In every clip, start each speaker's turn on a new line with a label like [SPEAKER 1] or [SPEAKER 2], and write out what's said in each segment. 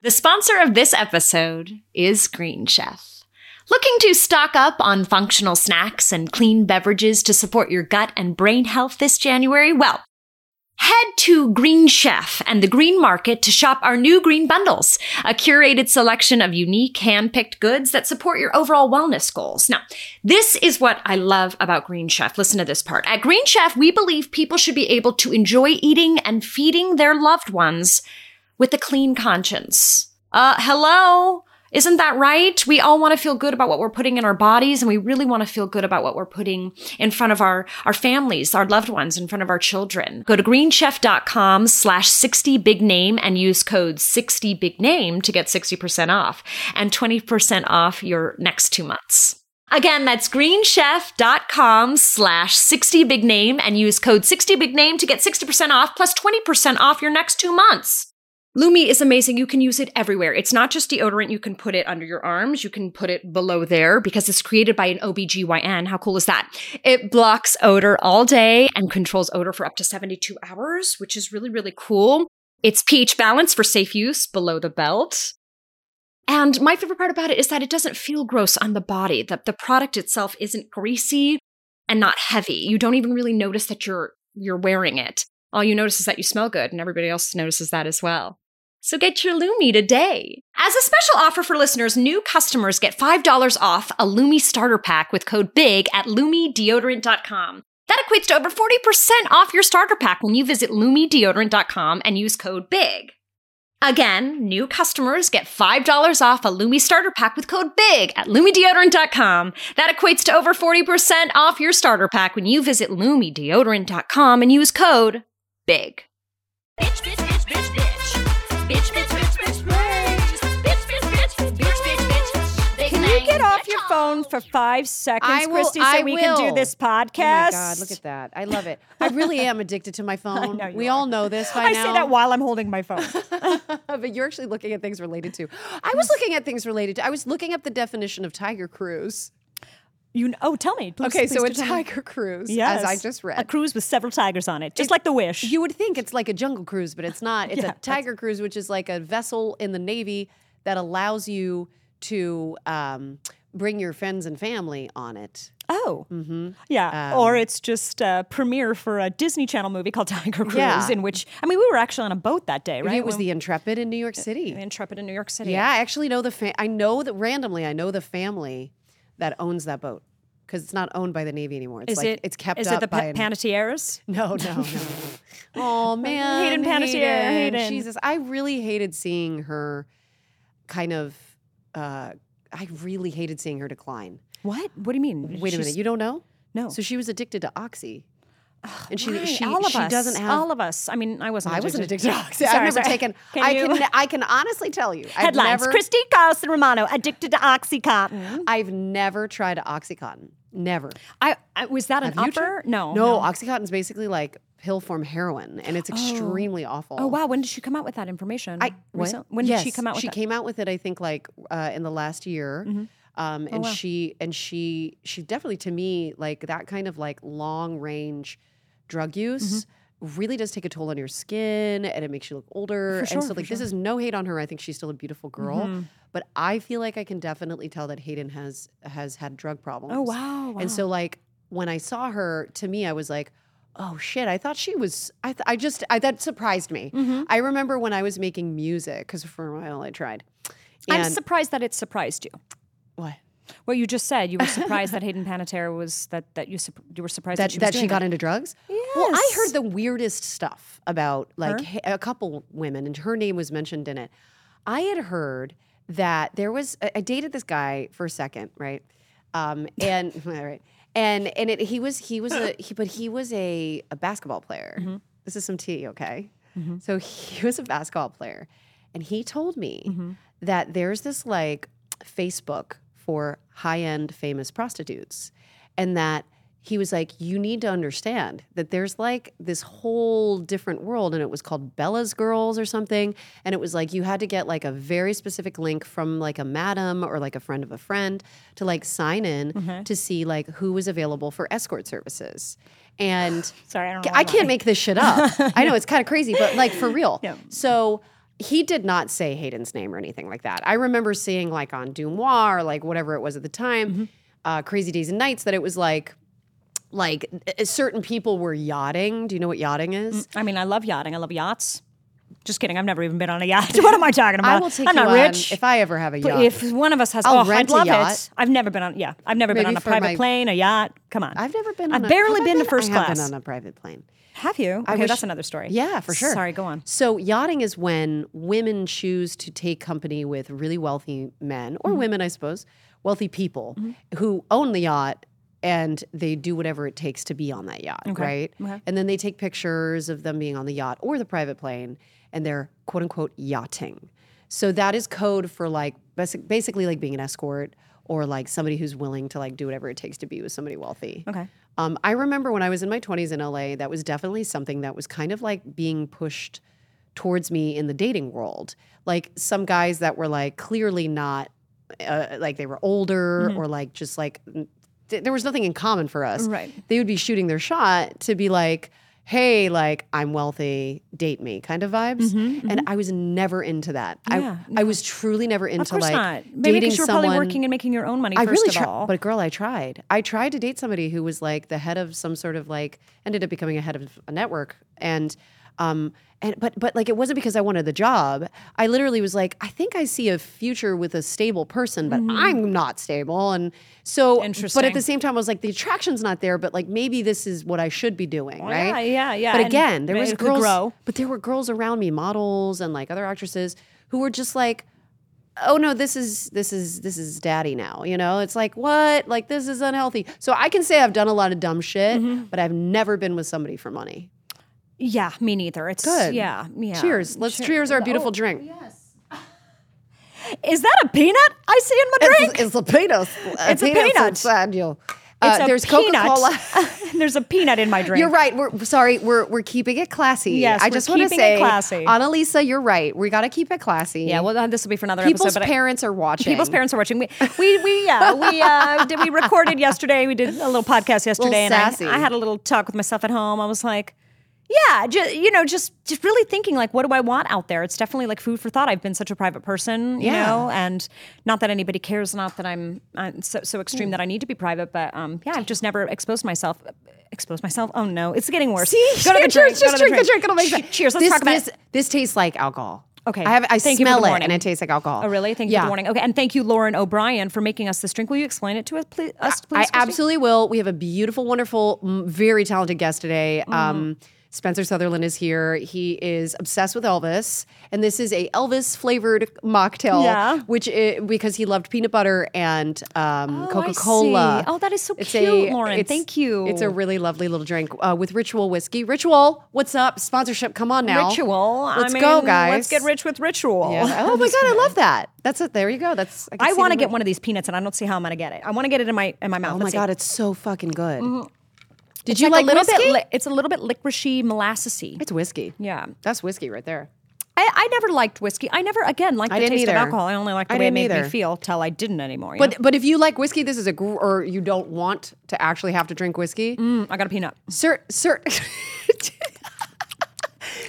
[SPEAKER 1] The sponsor of this episode is Green Chef. Looking to stock up on functional snacks and clean beverages to support your gut and brain health this January? Well, Head to Green Chef and the Green Market to shop our new green bundles, a curated selection of unique hand-picked goods that support your overall wellness goals. Now, this is what I love about Green Chef. Listen to this part. At Green Chef, we believe people should be able to enjoy eating and feeding their loved ones with a clean conscience. Uh, hello? Isn't that right? We all want to feel good about what we're putting in our bodies and we really want to feel good about what we're putting in front of our, our families, our loved ones, in front of our children. Go to greenchef.com slash 60 big name and use code 60 big name to get 60% off and 20% off your next two months. Again, that's greenchef.com slash 60 big name and use code 60 big name to get 60% off plus 20% off your next two months. Lumi is amazing. You can use it everywhere. It's not just deodorant. You can put it under your arms. You can put it below there because it's created by an OBGYN. How cool is that? It blocks odor all day and controls odor for up to 72 hours, which is really, really cool. It's pH balanced for safe use below the belt. And my favorite part about it is that it doesn't feel gross on the body, that the product itself isn't greasy and not heavy. You don't even really notice that you're you're wearing it. All you notice is that you smell good, and everybody else notices that as well. So get your Lumi today. As a special offer for listeners, new customers get $5 off a Lumi starter pack with code BIG at LumiDeodorant.com. That equates to over 40% off your starter pack when you visit LumiDeodorant.com and use code BIG. Again, new customers get $5 off a Lumi starter pack with code BIG at LumiDeodorant.com. That equates to over 40% off your starter pack when you visit LumiDeodorant.com and use code BIG.
[SPEAKER 2] Bitch, bitch, bitch, bitch, bitch. Bitch, bitch, bitch, bitch, bitch. Bitch, bitch, bitch, bitch, bitch, bitch. Big
[SPEAKER 3] Can you
[SPEAKER 2] name.
[SPEAKER 3] get off your phone for five seconds,
[SPEAKER 4] I will-
[SPEAKER 3] Christy, so
[SPEAKER 4] I
[SPEAKER 3] we can do
[SPEAKER 4] will.
[SPEAKER 3] this podcast?
[SPEAKER 4] Oh my God, look at that. I love it. I really am addicted to my phone.
[SPEAKER 3] know you
[SPEAKER 4] we
[SPEAKER 3] are.
[SPEAKER 4] all know this by
[SPEAKER 3] I
[SPEAKER 4] now.
[SPEAKER 3] say that while I'm holding my phone.
[SPEAKER 4] but you're actually looking at things related to. I was looking at things related to. I was looking up the definition of Tiger Cruise.
[SPEAKER 3] You kn- oh, tell me. Please,
[SPEAKER 4] Okay, so a
[SPEAKER 3] it's
[SPEAKER 4] Tiger Cruise,
[SPEAKER 3] yes,
[SPEAKER 4] as I just
[SPEAKER 3] a
[SPEAKER 4] read.
[SPEAKER 3] cruise with several tigers on it, just like the Wish.
[SPEAKER 4] you would think it's like a jungle cruise, but it's not. It's
[SPEAKER 3] Yeah,
[SPEAKER 4] a Tiger Cruise, which is like a vessel in the Navy that allows you to um, bring your friends and family on it.
[SPEAKER 3] oh, mm-hmm.
[SPEAKER 4] Um,
[SPEAKER 3] yeah, or it's just a premiere for a Disney Channel movie called Tiger Cruise,
[SPEAKER 4] Yeah.
[SPEAKER 3] in which I mean we were actually on a boat that day, right?
[SPEAKER 4] It was
[SPEAKER 3] When-
[SPEAKER 4] the Intrepid in New York City.
[SPEAKER 3] Intrepid in New York City.
[SPEAKER 4] Yeah, I actually know the fa- I know that randomly I know the family that owns that boat because it's not owned by the Navy anymore. It's
[SPEAKER 3] is
[SPEAKER 4] like
[SPEAKER 3] it?
[SPEAKER 4] it's kept
[SPEAKER 3] Is
[SPEAKER 4] up
[SPEAKER 3] it the
[SPEAKER 4] by
[SPEAKER 3] pa-
[SPEAKER 4] an-
[SPEAKER 3] Panettiere?
[SPEAKER 4] No, no, no. oh man,
[SPEAKER 3] Hayden Panettiere, Hayden.
[SPEAKER 4] Jesus, I really hated seeing her. Kind of, uh, I really hated seeing her decline.
[SPEAKER 3] What? What do you mean?
[SPEAKER 4] Wait a minute,
[SPEAKER 3] She's-
[SPEAKER 4] you don't know?
[SPEAKER 3] No.
[SPEAKER 4] So she was addicted to oxy, and she
[SPEAKER 3] Right,
[SPEAKER 4] she,
[SPEAKER 3] all of
[SPEAKER 4] she
[SPEAKER 3] us,
[SPEAKER 4] doesn't have.
[SPEAKER 3] all of us. I mean, I wasn't.
[SPEAKER 4] I wasn't addicted to oxy. I've
[SPEAKER 3] Sorry,
[SPEAKER 4] never
[SPEAKER 3] sorry.
[SPEAKER 4] taken.
[SPEAKER 3] Can
[SPEAKER 4] I
[SPEAKER 3] you-
[SPEAKER 4] can. I can honestly tell you. I've
[SPEAKER 3] Headlines:
[SPEAKER 4] never,
[SPEAKER 3] Christy Carlson Romano addicted to OxyContin.
[SPEAKER 4] I've never tried OxyContin. Never.
[SPEAKER 3] I, I Uh, was that an
[SPEAKER 4] Have you
[SPEAKER 3] upper?
[SPEAKER 4] tried-
[SPEAKER 3] No,
[SPEAKER 4] No, OxyContin's basically like pill form heroin, and it's extremely awful.
[SPEAKER 3] Oh wow! When did she come out with that information?
[SPEAKER 4] I what?
[SPEAKER 3] Recent- When did she
[SPEAKER 4] Yes,
[SPEAKER 3] come out with
[SPEAKER 4] She
[SPEAKER 3] that? Mm-hmm.
[SPEAKER 4] came out with it, I think, like uh, in the last year. Um,
[SPEAKER 3] Oh,
[SPEAKER 4] and she and she she definitely to me like that kind of like long range drug use. Really does take a toll on your skin and it makes you look older.
[SPEAKER 3] Mm-hmm. For sure,
[SPEAKER 4] and so,
[SPEAKER 3] for
[SPEAKER 4] like, this
[SPEAKER 3] sure. Mm-hmm.
[SPEAKER 4] is no hate on her. I think she's still a beautiful girl. But I feel like I can definitely tell that Hayden has has had drug problems.
[SPEAKER 3] Oh wow! wow.
[SPEAKER 4] And so like when I saw her, to me, I was like, oh shit, I thought she was, I, th- I just, I, that surprised me.
[SPEAKER 3] Mm-hmm.
[SPEAKER 4] I remember when I was making music, because for a while I tried.
[SPEAKER 3] I'm
[SPEAKER 4] and-
[SPEAKER 3] surprised that it surprised you.
[SPEAKER 4] What?
[SPEAKER 3] What you just said, you were surprised that Hayden Panettiere was that that you sup- you were surprised that,
[SPEAKER 4] That,
[SPEAKER 3] she was
[SPEAKER 4] that she
[SPEAKER 3] doing
[SPEAKER 4] got
[SPEAKER 3] that.
[SPEAKER 4] into drugs? Well, I
[SPEAKER 3] Yes.
[SPEAKER 4] heard the weirdest stuff about like h- a couple women, and her name was mentioned in it. I had heard that there was, I I dated this guy for a second, right? Um, and, all right. And, and it, he was, he was a, he, but he was a, a basketball player.
[SPEAKER 3] Mm-hmm.
[SPEAKER 4] This is some tea, okay? So he was a basketball player. And he told me
[SPEAKER 3] Mm-hmm.
[SPEAKER 4] that there's this like Facebook for high end famous prostitutes. And that he was like, you need to understand that there's like this whole different world. And it was called Bella's Girls or something. And it was like, you had to get like a very specific link from like a madam or like a friend of a friend to like sign in to see like who was available for escort services. And
[SPEAKER 3] Sorry, I don't.
[SPEAKER 4] Ca-
[SPEAKER 3] know
[SPEAKER 4] I
[SPEAKER 3] why.
[SPEAKER 4] can't make this shit up. I know it's kind of crazy, but like for real. So he did not say Hayden's name or anything like that. I remember seeing like on Dumois or like whatever it was at the time,
[SPEAKER 3] Mm-hmm.
[SPEAKER 4] uh, Crazy Days and Nights, that it was like, like uh, certain people were yachting. Do you know what yachting is?
[SPEAKER 3] I mean, I love yachting. I love yachts. Just kidding. I've never even been on a yacht. what am I talking about?
[SPEAKER 4] I will take
[SPEAKER 3] Uh, I'm
[SPEAKER 4] you
[SPEAKER 3] not
[SPEAKER 4] on
[SPEAKER 3] rich.
[SPEAKER 4] if I ever have a
[SPEAKER 3] But
[SPEAKER 4] yacht.
[SPEAKER 3] if one of us has,
[SPEAKER 4] I'll
[SPEAKER 3] oh,
[SPEAKER 4] rent
[SPEAKER 3] I'd
[SPEAKER 4] a
[SPEAKER 3] love
[SPEAKER 4] yacht.
[SPEAKER 3] it. I've never been on. Yeah, I've never been on
[SPEAKER 4] Maybe
[SPEAKER 3] a
[SPEAKER 4] for
[SPEAKER 3] private
[SPEAKER 4] my-
[SPEAKER 3] plane, a yacht. Come on,
[SPEAKER 4] I've never been.
[SPEAKER 3] I've
[SPEAKER 4] on a-
[SPEAKER 3] barely
[SPEAKER 4] have I
[SPEAKER 3] been to
[SPEAKER 4] I
[SPEAKER 3] first
[SPEAKER 4] have been
[SPEAKER 3] class.
[SPEAKER 4] on a private plane.
[SPEAKER 3] Have you?
[SPEAKER 4] I
[SPEAKER 3] Okay,
[SPEAKER 4] wish-
[SPEAKER 3] that's another story.
[SPEAKER 4] Yeah, for sure.
[SPEAKER 3] Sorry, go on.
[SPEAKER 4] So yachting is when women choose to take company with really wealthy men
[SPEAKER 3] Mm-hmm.
[SPEAKER 4] or women, I suppose, wealthy people who own the yacht and they do whatever it takes to be on that yacht, right? And then they take pictures of them being on the yacht or the private plane and they're quote unquote yachting. So that is code for like basic, basically like being an escort or like somebody who's willing to like do whatever it takes to be with somebody wealthy.
[SPEAKER 3] Okay.
[SPEAKER 4] Um, I remember when I was in my 20s in LA, that was definitely something that was kind of like being pushed towards me in the dating world. Like some guys that were like clearly not, uh, like they were older
[SPEAKER 3] Mm-hmm.
[SPEAKER 4] or like just like n- th- there was nothing in common for us.
[SPEAKER 3] Right.
[SPEAKER 4] They would be shooting their shot to be like, hey, like I'm wealthy, date me kind of vibes. And I was never into that.
[SPEAKER 3] Mm-hmm, Yeah,
[SPEAKER 4] I, I was truly never into
[SPEAKER 3] Of course
[SPEAKER 4] like
[SPEAKER 3] not. Maybe
[SPEAKER 4] dating
[SPEAKER 3] because you were
[SPEAKER 4] someone.
[SPEAKER 3] probably working and making your own money.
[SPEAKER 4] I
[SPEAKER 3] first
[SPEAKER 4] really
[SPEAKER 3] of
[SPEAKER 4] tried,
[SPEAKER 3] all.
[SPEAKER 4] but girl, I tried. I tried to date somebody who was like the head of some sort of like ended up becoming a head of a network, and um, and but but like it wasn't because I wanted the job. I literally was like, I think I see a future with a stable person, but I'm not stable, and so. But
[SPEAKER 3] Mm-hmm. Interesting.
[SPEAKER 4] at the same time, I was like, the attraction's not there, but like maybe this is what I should be doing, right?
[SPEAKER 3] Oh, yeah, yeah,
[SPEAKER 4] But
[SPEAKER 3] and
[SPEAKER 4] again, there
[SPEAKER 3] it
[SPEAKER 4] was
[SPEAKER 3] could
[SPEAKER 4] girls,
[SPEAKER 3] grow.
[SPEAKER 4] but there were girls around me, models and like other actresses, who were just like oh no this is this is this is daddy now you know it's like what like this is unhealthy so i can say i've done a lot of dumb shit
[SPEAKER 3] Mm-hmm.
[SPEAKER 4] but i've never been with somebody for money
[SPEAKER 3] yeah, me neither. It's
[SPEAKER 4] Good.
[SPEAKER 3] Yeah, yeah.
[SPEAKER 4] cheers let's cheers
[SPEAKER 3] oh,
[SPEAKER 4] our beautiful drink
[SPEAKER 3] Is that a peanut I see in my drink?
[SPEAKER 4] it's, it's a peanut
[SPEAKER 3] It's a peanut.
[SPEAKER 4] inside you uh,
[SPEAKER 3] It's a
[SPEAKER 4] there's
[SPEAKER 3] peanut.
[SPEAKER 4] coca-cola
[SPEAKER 3] There's a peanut in my drink.
[SPEAKER 4] You're right. We're sorry. We're we're keeping it classy.
[SPEAKER 3] Yes,
[SPEAKER 4] I
[SPEAKER 3] we're
[SPEAKER 4] just want to
[SPEAKER 3] keeping it
[SPEAKER 4] say,
[SPEAKER 3] classy.
[SPEAKER 4] Annalisa, you're right. We got to keep it classy.
[SPEAKER 3] Yeah, well, uh, this will be for another
[SPEAKER 4] people's
[SPEAKER 3] episode. but I-
[SPEAKER 4] parents are watching.
[SPEAKER 3] People's parents are watching. We we we uh, we uh, did, we recorded yesterday. We did a little podcast yesterday, and I,
[SPEAKER 4] sassy.
[SPEAKER 3] I had a little talk with myself at home. I was like, yeah, ju- you know, just just really thinking like, what do I want out there? It's definitely like food for thought. I've been such a private person, you
[SPEAKER 4] Yeah.
[SPEAKER 3] know, and not that anybody cares, not that I'm, i so, so extreme
[SPEAKER 4] Hmm.
[SPEAKER 3] that I need to be private, but um, yeah, I've just never exposed myself. Exposed myself? Oh no, it's getting worse.
[SPEAKER 4] See,
[SPEAKER 3] go to the
[SPEAKER 4] Cheers,
[SPEAKER 3] drink.
[SPEAKER 4] Just
[SPEAKER 3] go to
[SPEAKER 4] drink the drink. It'll make
[SPEAKER 3] Che-
[SPEAKER 4] sense.
[SPEAKER 3] Cheers. Let's
[SPEAKER 4] this,
[SPEAKER 3] talk about
[SPEAKER 4] this, this. Tastes like alcohol.
[SPEAKER 3] Okay.
[SPEAKER 4] I have. I
[SPEAKER 3] Thank you for
[SPEAKER 4] smell
[SPEAKER 3] the
[SPEAKER 4] it,
[SPEAKER 3] warning.
[SPEAKER 4] and it tastes like alcohol.
[SPEAKER 3] Oh, really? Thank you for
[SPEAKER 4] Yeah.
[SPEAKER 3] the warning. Okay, and thank you, Lauren O'Brien, for making us this drink. Will you explain it to us, please? Us, please
[SPEAKER 4] I
[SPEAKER 3] Christy?
[SPEAKER 4] absolutely will. We have a beautiful, wonderful, m- very talented guest today.
[SPEAKER 3] Mm.
[SPEAKER 4] Um, Spencer Sutherland is here. He is obsessed with Elvis, and this is a Elvis flavored mocktail.
[SPEAKER 3] Yeah.
[SPEAKER 4] which i because he loved peanut butter and um,
[SPEAKER 3] Oh, I
[SPEAKER 4] Coca Cola.
[SPEAKER 3] see. Oh, that is so cute, Lauren. Thank you.
[SPEAKER 4] It's a really lovely little drink uh, with Ritual whiskey. Ritual, what's up? Sponsorship, come on now.
[SPEAKER 3] Ritual. I
[SPEAKER 4] Let's go,
[SPEAKER 3] mean,
[SPEAKER 4] guys.
[SPEAKER 3] Let's get rich with ritual.
[SPEAKER 4] Yeah. Oh my god, I love that. That's it. There you go. That's. can
[SPEAKER 3] I
[SPEAKER 4] see
[SPEAKER 3] want
[SPEAKER 4] the
[SPEAKER 3] to get
[SPEAKER 4] ri-
[SPEAKER 3] one of these peanuts, and I don't see how I'm going to get it. I want to get it in my in my mouth.
[SPEAKER 4] Oh my
[SPEAKER 3] Let's see.
[SPEAKER 4] god, it's so fucking good. Did
[SPEAKER 3] Mm-hmm. It's
[SPEAKER 4] you like,
[SPEAKER 3] a little
[SPEAKER 4] whiskey?
[SPEAKER 3] bit? li- it's a little bit licoricey, molassesy.
[SPEAKER 4] it's whiskey.
[SPEAKER 3] yeah,
[SPEAKER 4] That's whiskey right there.
[SPEAKER 3] I, I never liked whiskey. I never again liked
[SPEAKER 4] I
[SPEAKER 3] the
[SPEAKER 4] didn't
[SPEAKER 3] taste
[SPEAKER 4] either.
[SPEAKER 3] of alcohol. I only liked the
[SPEAKER 4] I
[SPEAKER 3] way it
[SPEAKER 4] didn't
[SPEAKER 3] made
[SPEAKER 4] either.
[SPEAKER 3] me feel till I didn't anymore. you
[SPEAKER 4] But but if you like whiskey, this is a gr- or you don't want to actually have to drink whiskey.
[SPEAKER 3] know? Mm, I got a peanut.
[SPEAKER 4] Cer- cer-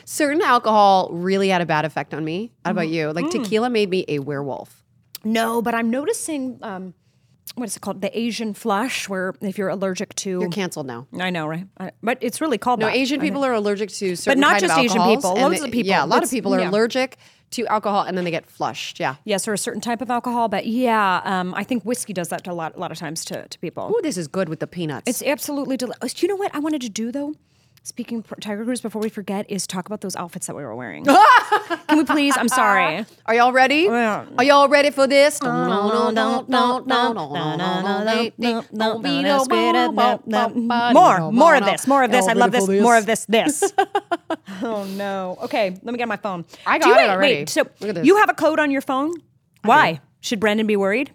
[SPEAKER 4] certain alcohol really had a bad effect on me. How
[SPEAKER 3] Mm-hmm.
[SPEAKER 4] about you? Like
[SPEAKER 3] Mm.
[SPEAKER 4] tequila made me a werewolf.
[SPEAKER 3] No, but I'm noticing um, what is it called? The Asian flush, where if you're allergic to
[SPEAKER 4] You're canceled now.
[SPEAKER 3] I know, right? I, but it's really called
[SPEAKER 4] No,
[SPEAKER 3] that.
[SPEAKER 4] Asian
[SPEAKER 3] I know.
[SPEAKER 4] people are allergic to certain
[SPEAKER 3] not
[SPEAKER 4] kind
[SPEAKER 3] just
[SPEAKER 4] of
[SPEAKER 3] Asian
[SPEAKER 4] alcohols,
[SPEAKER 3] people,
[SPEAKER 4] and
[SPEAKER 3] loads
[SPEAKER 4] they-
[SPEAKER 3] of people.
[SPEAKER 4] Yeah, a lot
[SPEAKER 3] That's-
[SPEAKER 4] of people are
[SPEAKER 3] yeah.
[SPEAKER 4] allergic to alcohol and then they get flushed. Yeah.
[SPEAKER 3] Yes, or a certain type of alcohol, but yeah, um, I think whiskey does that to a lot, a lot of times to, to people.
[SPEAKER 4] Oh, this is good with the peanuts.
[SPEAKER 3] It's absolutely delicious. You know what I wanted to do though? Speaking of Tiger Cruise, before we forget, is talk about those outfits that we were wearing. Can we please? I'm sorry.
[SPEAKER 4] Are y'all ready?
[SPEAKER 3] Yeah.
[SPEAKER 4] Are y'all ready for this?
[SPEAKER 3] More, more of this, more of this. I love this, more of this, this. oh no. Okay, let me get my phone.
[SPEAKER 4] I
[SPEAKER 3] Do you-
[SPEAKER 4] got it
[SPEAKER 3] wait,
[SPEAKER 4] already.
[SPEAKER 3] Wait, so
[SPEAKER 4] Look at this.
[SPEAKER 3] you have a code on your phone? Why? Should Brandon be worried?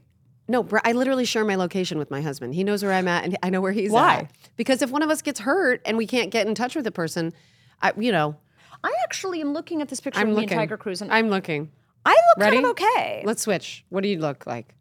[SPEAKER 4] No, br- I literally share my location with my husband. He knows where I'm at, and I know where he's
[SPEAKER 3] Why?
[SPEAKER 4] at. Because if one of us gets hurt and we can't get in touch with the person, I, you know,
[SPEAKER 3] I actually am looking at this picture
[SPEAKER 4] I'm
[SPEAKER 3] of me
[SPEAKER 4] looking.
[SPEAKER 3] and Tiger Cruise, and
[SPEAKER 4] I'm looking.
[SPEAKER 3] I look
[SPEAKER 4] Ready?
[SPEAKER 3] kind of okay.
[SPEAKER 4] Let's switch. What do you look like?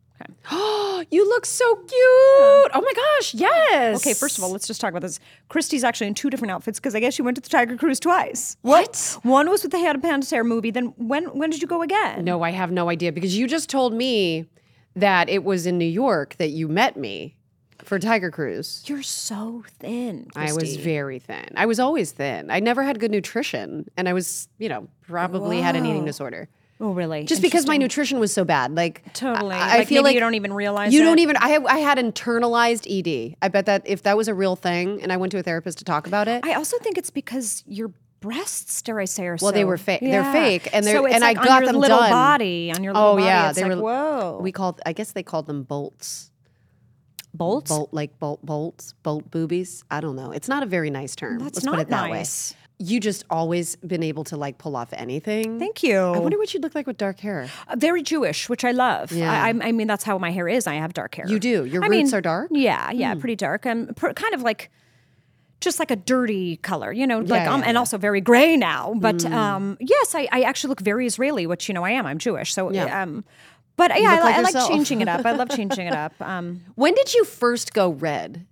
[SPEAKER 4] Oh, you look so cute. Oh my gosh, yes.
[SPEAKER 1] Okay, first of all, let's just talk about this. Christy's actually in two different outfits because I guess she went to the Tiger Cruise twice.
[SPEAKER 4] what?
[SPEAKER 1] One was with the Hannah Pantera movie. Then when when did you go again?
[SPEAKER 4] No, I have no idea because you just told me that it was in New York that you met me for Tiger Cruise.
[SPEAKER 1] You're so thin.
[SPEAKER 4] I was
[SPEAKER 1] Christy.
[SPEAKER 4] very thin. I was always thin. I never had good nutrition and I was, you know, probably had an eating disorder.
[SPEAKER 1] Oh really?
[SPEAKER 4] Just because my nutrition was so bad. Like
[SPEAKER 1] Totally.
[SPEAKER 4] I, I
[SPEAKER 1] Like, maybe
[SPEAKER 4] feel like
[SPEAKER 1] you don't even realize
[SPEAKER 4] You
[SPEAKER 1] it.
[SPEAKER 4] don't even I have, I had internalized ED. I bet that if that was a real thing and I went to a therapist to talk about it.
[SPEAKER 1] I also think it's because your breasts, dare I say, are
[SPEAKER 4] Well, they
[SPEAKER 1] so-
[SPEAKER 4] were fa- they're fake, and they're-
[SPEAKER 1] so it's
[SPEAKER 4] and I
[SPEAKER 1] like on
[SPEAKER 4] got
[SPEAKER 1] your
[SPEAKER 4] them
[SPEAKER 1] little
[SPEAKER 4] done.
[SPEAKER 1] body on your little
[SPEAKER 4] oh
[SPEAKER 1] body,
[SPEAKER 4] yeah,
[SPEAKER 1] it's
[SPEAKER 4] they
[SPEAKER 1] like,
[SPEAKER 4] were
[SPEAKER 1] whoa.
[SPEAKER 4] We called I guess they called them bolts.
[SPEAKER 1] bolts.
[SPEAKER 4] Bolt like bolt bolts, bolt boobies. I don't know. It's not a very nice term.
[SPEAKER 1] That's
[SPEAKER 4] Let's
[SPEAKER 1] not
[SPEAKER 4] put it that
[SPEAKER 1] nice.
[SPEAKER 4] way. You just always been able to like pull off anything.
[SPEAKER 1] Thank you.
[SPEAKER 4] I wonder what you'd look like with dark hair.
[SPEAKER 1] Uh, very Jewish, which I love.
[SPEAKER 4] Yeah.
[SPEAKER 1] I, I, I mean, that's how my hair is. I have dark hair.
[SPEAKER 4] You do. Hmm. Your
[SPEAKER 1] I
[SPEAKER 4] roots
[SPEAKER 1] mean,
[SPEAKER 4] are dark.
[SPEAKER 1] Yeah, yeah, pretty dark. Um, pr- kind of like just like a dirty color, you know, like
[SPEAKER 4] yeah, Mm.
[SPEAKER 1] um, and also very gray now. But um, yes, I, I actually look very Israeli, which you know I am. I'm Jewish, so
[SPEAKER 4] Yeah.
[SPEAKER 1] um. But yeah, I,
[SPEAKER 4] look like
[SPEAKER 1] I like
[SPEAKER 4] yourself.
[SPEAKER 1] changing it up. I love changing it up. Um,
[SPEAKER 4] When did you first go red?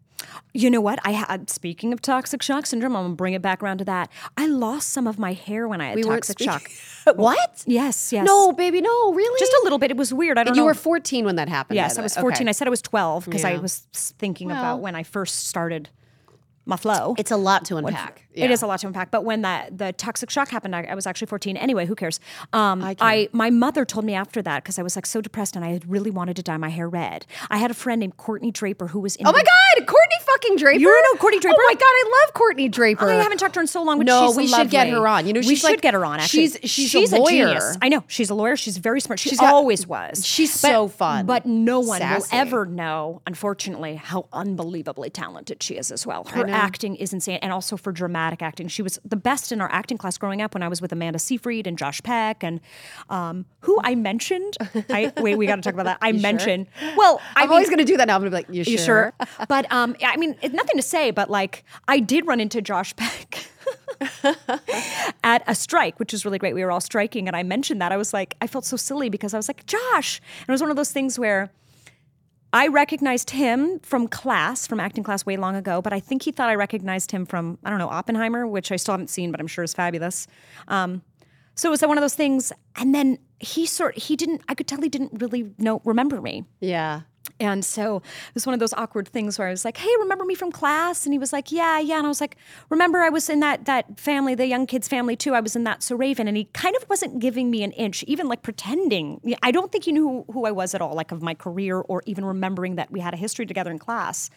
[SPEAKER 1] You know what? I had speaking of toxic shock syndrome, I'm gonna bring it back around to that. I lost some of my hair when I had
[SPEAKER 4] We weren't
[SPEAKER 1] toxic shock.
[SPEAKER 4] speaking- what?
[SPEAKER 1] Yes, yes.
[SPEAKER 4] No, baby, no, really.
[SPEAKER 1] just a little bit. It was weird. I don't
[SPEAKER 4] you
[SPEAKER 1] know.
[SPEAKER 4] were 14 when that happened.
[SPEAKER 1] yes, I was 14. I said I was 12 because I
[SPEAKER 4] Yeah.
[SPEAKER 1] was s- thinking
[SPEAKER 4] Well.
[SPEAKER 1] about when I first started my flow.
[SPEAKER 4] it's a lot to unpack.
[SPEAKER 1] It is a lot to unpack. But when that the toxic shock happened, I, I was actually 14. Anyway, who cares? Um, I, my mother told me after that because I was like so depressed and I had really wanted to dye my hair red. I had a friend named Courtney Draper who was in
[SPEAKER 4] Oh my God, Courtney fucking Draper.
[SPEAKER 1] You don't know Courtney Draper?
[SPEAKER 4] Oh my God, I love Courtney Draper.
[SPEAKER 1] I Oh, haven't talked to her in so long. But
[SPEAKER 4] No,
[SPEAKER 1] she's so
[SPEAKER 4] we should get
[SPEAKER 1] lovely.
[SPEAKER 4] her on. You know,
[SPEAKER 1] we
[SPEAKER 4] she's
[SPEAKER 1] should
[SPEAKER 4] like-
[SPEAKER 1] get her on. Actually,
[SPEAKER 4] she's- she's a lawyer.
[SPEAKER 1] genius. I know she's a lawyer. She's very smart. She
[SPEAKER 4] She's got-
[SPEAKER 1] always was.
[SPEAKER 4] she's
[SPEAKER 1] But-
[SPEAKER 4] so fun.
[SPEAKER 1] But no one will
[SPEAKER 4] Sassy.
[SPEAKER 1] ever know, unfortunately, how unbelievably talented she is as well. Her acting is insane, and also for dramatic acting, she was the best in our acting class growing up. When I was with Amanda Seyfried and Josh Peck, and um, who I mentioned. I wait, we got to talk about that. I mentioned. Well, I
[SPEAKER 4] I'm
[SPEAKER 1] mean,
[SPEAKER 4] always going to do that now. I'm going to be like, you
[SPEAKER 1] you
[SPEAKER 4] sure?
[SPEAKER 1] sure? but um, I mean, it, nothing to say, but like, I did run into Josh Peck at a strike, which was really great. We were all striking, and I mentioned that. I was like, I felt so silly because I was like, Josh. And it was one of those things where I recognized him from class, from acting class way long ago, but I think he thought I recognized him from, I don't know, Oppenheimer, which I still haven't seen, but I'm sure is fabulous. Um, so it was one of those things. And then he sort he didn't I could tell he didn't really know remember me.
[SPEAKER 4] Yeah.
[SPEAKER 1] And so it was one of those awkward things where I was like, "Hey, remember me from class?" And he was like, "Yeah, yeah." And I was like, "Remember, I was in that that family, the young kids family too. I was in that So Raven." And he kind of wasn't giving me an inch, even like pretending. Yeah, I don't think he knew who, who I was at all, like of my career or even remembering that we had a history together in class.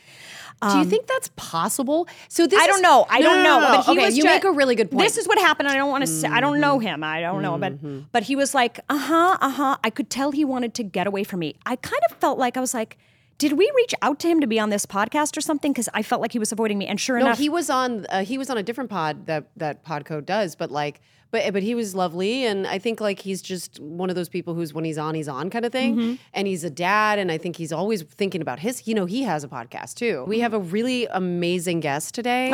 [SPEAKER 4] Do you think that's possible? So this
[SPEAKER 1] I
[SPEAKER 4] is-
[SPEAKER 1] don't know. I
[SPEAKER 4] No,
[SPEAKER 1] don't know.
[SPEAKER 4] no, no, no, no.
[SPEAKER 1] But he
[SPEAKER 4] okay,
[SPEAKER 1] was
[SPEAKER 4] you
[SPEAKER 1] ju-
[SPEAKER 4] make a really good point. Mm-hmm.
[SPEAKER 1] This is what happened. I don't want to. say I don't know him. I don't know. But but he was like, uh huh, uh huh. I could tell he wanted to get away from me. I kind of felt like I was like, did we reach out to him to be on this podcast or something? Because I felt like he was avoiding me. And sure
[SPEAKER 4] no,
[SPEAKER 1] enough,
[SPEAKER 4] he was on uh, he was on a different pod that that Podco does, but like but but he was lovely and I think like he's just one of those people who's when he's on he's on kind of thing
[SPEAKER 1] Mm-hmm.
[SPEAKER 4] and he's a dad and I think he's always thinking about his you know he has a podcast too.
[SPEAKER 1] Mm-hmm.
[SPEAKER 4] We have a really amazing guest today.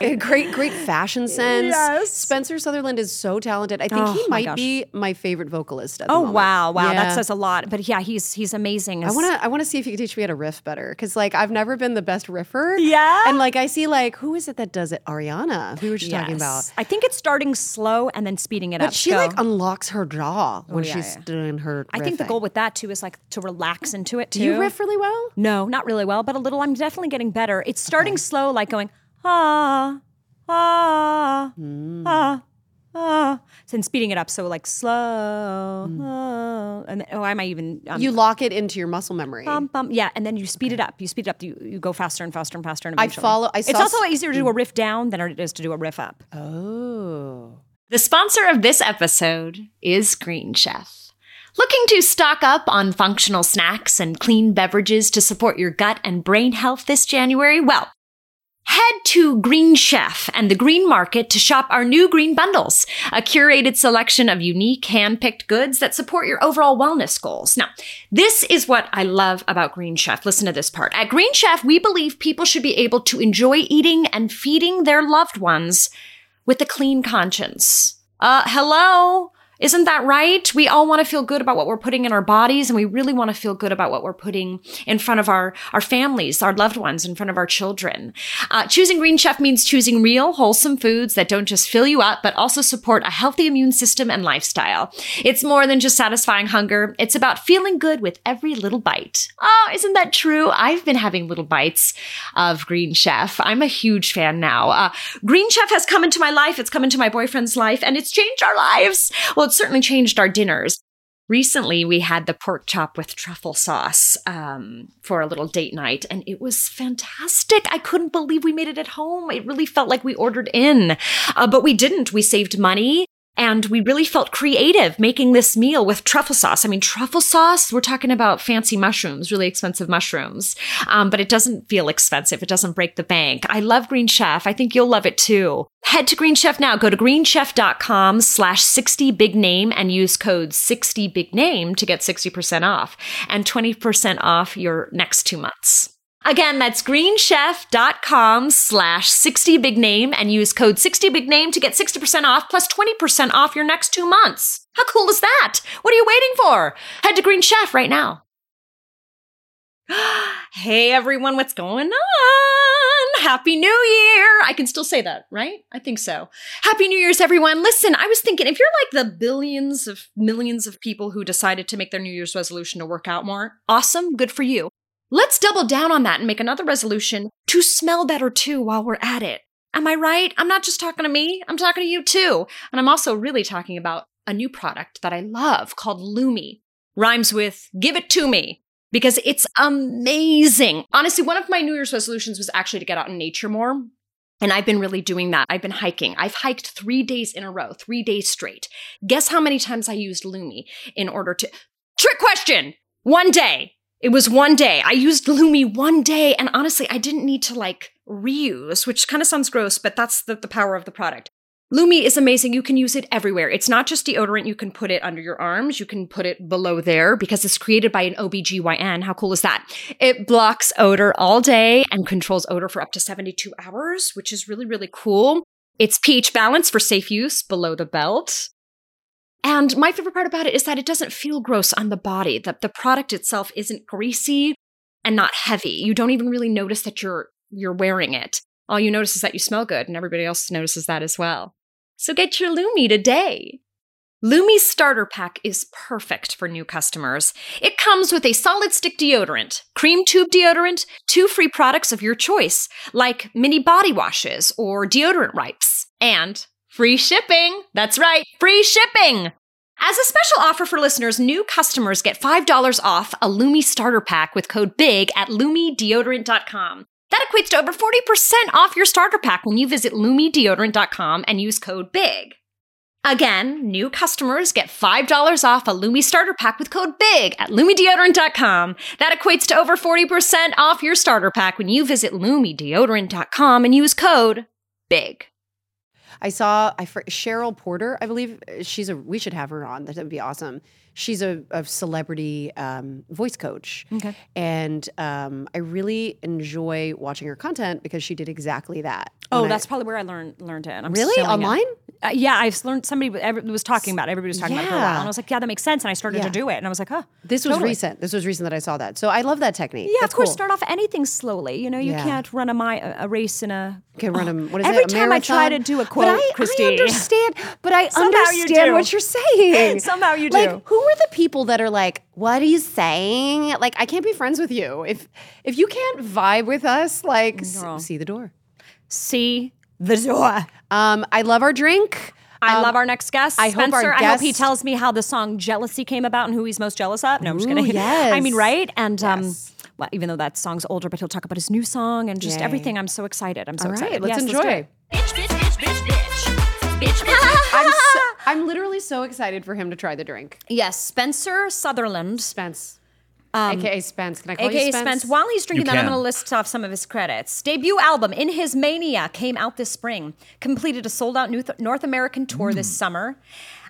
[SPEAKER 4] A great great fashion sense.
[SPEAKER 1] Yes.
[SPEAKER 4] Spencer Sutherland is so talented. I think
[SPEAKER 1] Oh,
[SPEAKER 4] he
[SPEAKER 1] my
[SPEAKER 4] might
[SPEAKER 1] gosh.
[SPEAKER 4] be my favorite vocalist at the
[SPEAKER 1] oh
[SPEAKER 4] moment.
[SPEAKER 1] wow, wow, that
[SPEAKER 4] Yeah.
[SPEAKER 1] says a lot. But yeah, he's he's amazing.
[SPEAKER 4] I want to. I want to see if you can teach me how to riff better, because like I've never been the best riffer.
[SPEAKER 1] Yeah?
[SPEAKER 4] And like I see like who is it that does it? Ariana. We were just talking about.
[SPEAKER 1] I think it's starting slow and then speeding it up.
[SPEAKER 4] But she
[SPEAKER 1] Go.
[SPEAKER 4] like unlocks her jaw when
[SPEAKER 1] yeah,
[SPEAKER 4] she's
[SPEAKER 1] yeah.
[SPEAKER 4] doing her.
[SPEAKER 1] I think the
[SPEAKER 4] riffing.
[SPEAKER 1] goal with that too is like to relax into it too.
[SPEAKER 4] Do you riff really well?
[SPEAKER 1] No, not really well, but a little. I'm definitely getting better. It's starting slow, like going ah ah ah ah, and speeding it up. So like slow, ah, and then, oh, I might even um,
[SPEAKER 4] You lock it into your muscle memory.
[SPEAKER 1] bum, bum, yeah, and then you speed it up. You speed it up. You you go faster and faster and faster. And
[SPEAKER 4] I
[SPEAKER 1] eventually.
[SPEAKER 4] follow- I
[SPEAKER 1] it's
[SPEAKER 4] saw
[SPEAKER 1] also
[SPEAKER 4] s-
[SPEAKER 1] easier to do a riff down than it is to do a riff up.
[SPEAKER 4] oh.
[SPEAKER 5] The sponsor of this episode is Green Chef. Looking to stock up on functional snacks and clean beverages to support your gut and brain health this January? Well, Head to Green Chef and the Green Market to shop our new green bundles, a curated selection of unique hand-picked goods that support your overall wellness goals. Now, this is what I love about Green Chef. Listen to this part. At Green Chef, we believe people should be able to enjoy eating and feeding their loved ones with a clean conscience. Uh, hello.
[SPEAKER 1] Isn't that right? We all want to feel good about what we're putting in our bodies, and we really want to feel good about what we're putting in front of our, our families, our loved ones, in front of our children. Uh, choosing Green Chef means choosing real, wholesome foods that don't just fill you up, but also support a healthy immune system and lifestyle. It's more than just satisfying hunger, it's about feeling good with every little bite. Oh, isn't that true? I've been having little bites of Green Chef. I'm a huge fan now. Uh, Green Chef has come into my life, it's come into my boyfriend's life, and it's changed our lives. Well, it's certainly changed our dinners. Recently, we had the pork chop with truffle sauce um, for a little date night, and it was fantastic. I couldn't believe we made it at home. It really felt like we ordered in, uh, but we didn't. We saved money. And we really felt creative making this meal with truffle sauce. I mean, truffle sauce, we're talking about fancy mushrooms, really expensive mushrooms, um, but it doesn't feel expensive. It doesn't break the bank. I love Green Chef. I think you'll love it too. Head to Green Chef now. Go to greenchef.com slash 60 big name and use code 60 big name to get 60% off and 20% off your next two months. Again, that's greenchef.com slash 60bigname and use code 60bigname to get 60% off plus 20% off your next two months. How cool is that? What are you waiting for? Head to Green Chef right now. hey, everyone, what's going on? Happy New Year. I can still say that, right? I think so. Happy New Year's, everyone. Listen, I was thinking if you're like the billions of millions of people who decided to make their New Year's resolution to work out more, awesome, good for you. Let's double down on that and make another resolution to smell better too while we're at it. Am I right? I'm not just talking to me, I'm talking to you too. And I'm also really talking about a new product that I love called Lumi. Rhymes with give it to me because it's amazing. Honestly, one of my New Year's resolutions was actually to get out in nature more. And I've been really doing that. I've been hiking. I've hiked three days in a row, three days straight. Guess how many times I used Lumi in order to. Trick question! One day. It was one day. I used Lumi one day, and honestly, I didn't need to like reuse, which kind of sounds gross, but that's the, the power of the product. Lumi is amazing. You can use it everywhere. It's not just deodorant. You can put it under your arms. You can put it below there because it's created by an OBGYN. How cool is that? It blocks odor all day and controls odor for up to 72 hours, which is really, really cool. It's pH balanced for safe use below the belt. And my favorite part about it is that it doesn't feel gross on the body. The, the product itself isn't greasy and not heavy. You don't even really notice that you're you're wearing it. All you notice is that you smell good, and everybody else notices that as well. So get your Lumi today. Lumi's starter pack is perfect for new customers. It comes with a solid stick deodorant, cream tube deodorant, two free products of your choice, like mini body washes or deodorant wipes, and Free shipping. That's right, free shipping. As a special offer for listeners, new customers get $5 off a Lumi starter pack with code BIG at lumideodorant.com. That equates to over 40% off your starter pack when you visit lumideodorant.com and use code BIG. Again, new customers get $5 off a Lumi starter pack with code BIG at lumideodorant.com. That equates to over 40% off your starter pack when you visit lumideodorant.com and use code BIG.
[SPEAKER 4] I saw I for, Cheryl Porter, I believe uh, she's a. We should have her on. That would be awesome. She's a, a celebrity um, voice coach,
[SPEAKER 1] Okay.
[SPEAKER 4] and um, I really enjoy watching her content because she did exactly that.
[SPEAKER 3] Oh,
[SPEAKER 4] When I-
[SPEAKER 3] that's probably where I learned learned it. and I'm
[SPEAKER 4] really
[SPEAKER 3] selling it.
[SPEAKER 4] online.
[SPEAKER 3] Uh, yeah, I've learned somebody w- every- was talking about. it. Everybody was talking about it for a while,
[SPEAKER 4] Yeah.
[SPEAKER 3] and I was like, yeah, that makes sense. And I started
[SPEAKER 4] Yeah.
[SPEAKER 3] to do it, and I was like, huh.
[SPEAKER 4] This was
[SPEAKER 3] Totally.
[SPEAKER 4] recent. This was recent that I saw that. So I love that technique.
[SPEAKER 3] Yeah,
[SPEAKER 4] That's
[SPEAKER 3] of course.
[SPEAKER 4] cool.
[SPEAKER 3] Start off anything slowly. You know, you
[SPEAKER 4] Yeah.
[SPEAKER 3] can't run a, mi- a a race in a.
[SPEAKER 4] Can run a, what is
[SPEAKER 3] Every
[SPEAKER 4] it, a
[SPEAKER 3] time I try
[SPEAKER 4] marathon?
[SPEAKER 3] to do a
[SPEAKER 4] But
[SPEAKER 3] quote,
[SPEAKER 4] I,
[SPEAKER 3] Christy.
[SPEAKER 4] I understand, but I
[SPEAKER 3] Somehow you
[SPEAKER 4] understand
[SPEAKER 3] do.
[SPEAKER 4] what you're saying.
[SPEAKER 3] Somehow you do.
[SPEAKER 4] Like, who are the people that are like, "What are you saying?" Like, I can't be friends with you if if you can't vibe with us. Like, s-
[SPEAKER 3] Girl.
[SPEAKER 4] see the door.
[SPEAKER 3] See the door.
[SPEAKER 4] Um, I love our drink.
[SPEAKER 3] I
[SPEAKER 4] Um,
[SPEAKER 3] love our next guest.
[SPEAKER 4] I hope our
[SPEAKER 3] Spencer. I hope he
[SPEAKER 4] guest-
[SPEAKER 3] tells me how the song "Jealousy" came about and who he's most jealous of. No, I'm just
[SPEAKER 4] Ooh,
[SPEAKER 3] kidding. I mean,
[SPEAKER 4] yes.
[SPEAKER 3] right? And
[SPEAKER 4] Yes.
[SPEAKER 3] um, well, even though that song's older, but he'll talk about his new song and just
[SPEAKER 4] Yay.
[SPEAKER 3] everything. I'm so excited. I'm so
[SPEAKER 4] All
[SPEAKER 3] excited.
[SPEAKER 4] right, let's
[SPEAKER 3] Yes, do
[SPEAKER 4] enjoy.
[SPEAKER 3] it.
[SPEAKER 2] Bitch, bitch, bitch, bitch, bitch. Bitch, bitch, bitch.
[SPEAKER 4] I'm so, I'm literally so excited for him to try the drink.
[SPEAKER 3] Yes, Spencer Sutherland,
[SPEAKER 4] Spence,
[SPEAKER 3] Um,
[SPEAKER 4] aka Spence. Can I call
[SPEAKER 3] aka
[SPEAKER 4] you
[SPEAKER 3] Spence.
[SPEAKER 4] Spence?
[SPEAKER 3] While he's drinking that, I'm
[SPEAKER 6] can.
[SPEAKER 3] going to list off some of his credits. Debut album, In His Mania, came out this spring. Completed a sold out North, North American tour this summer,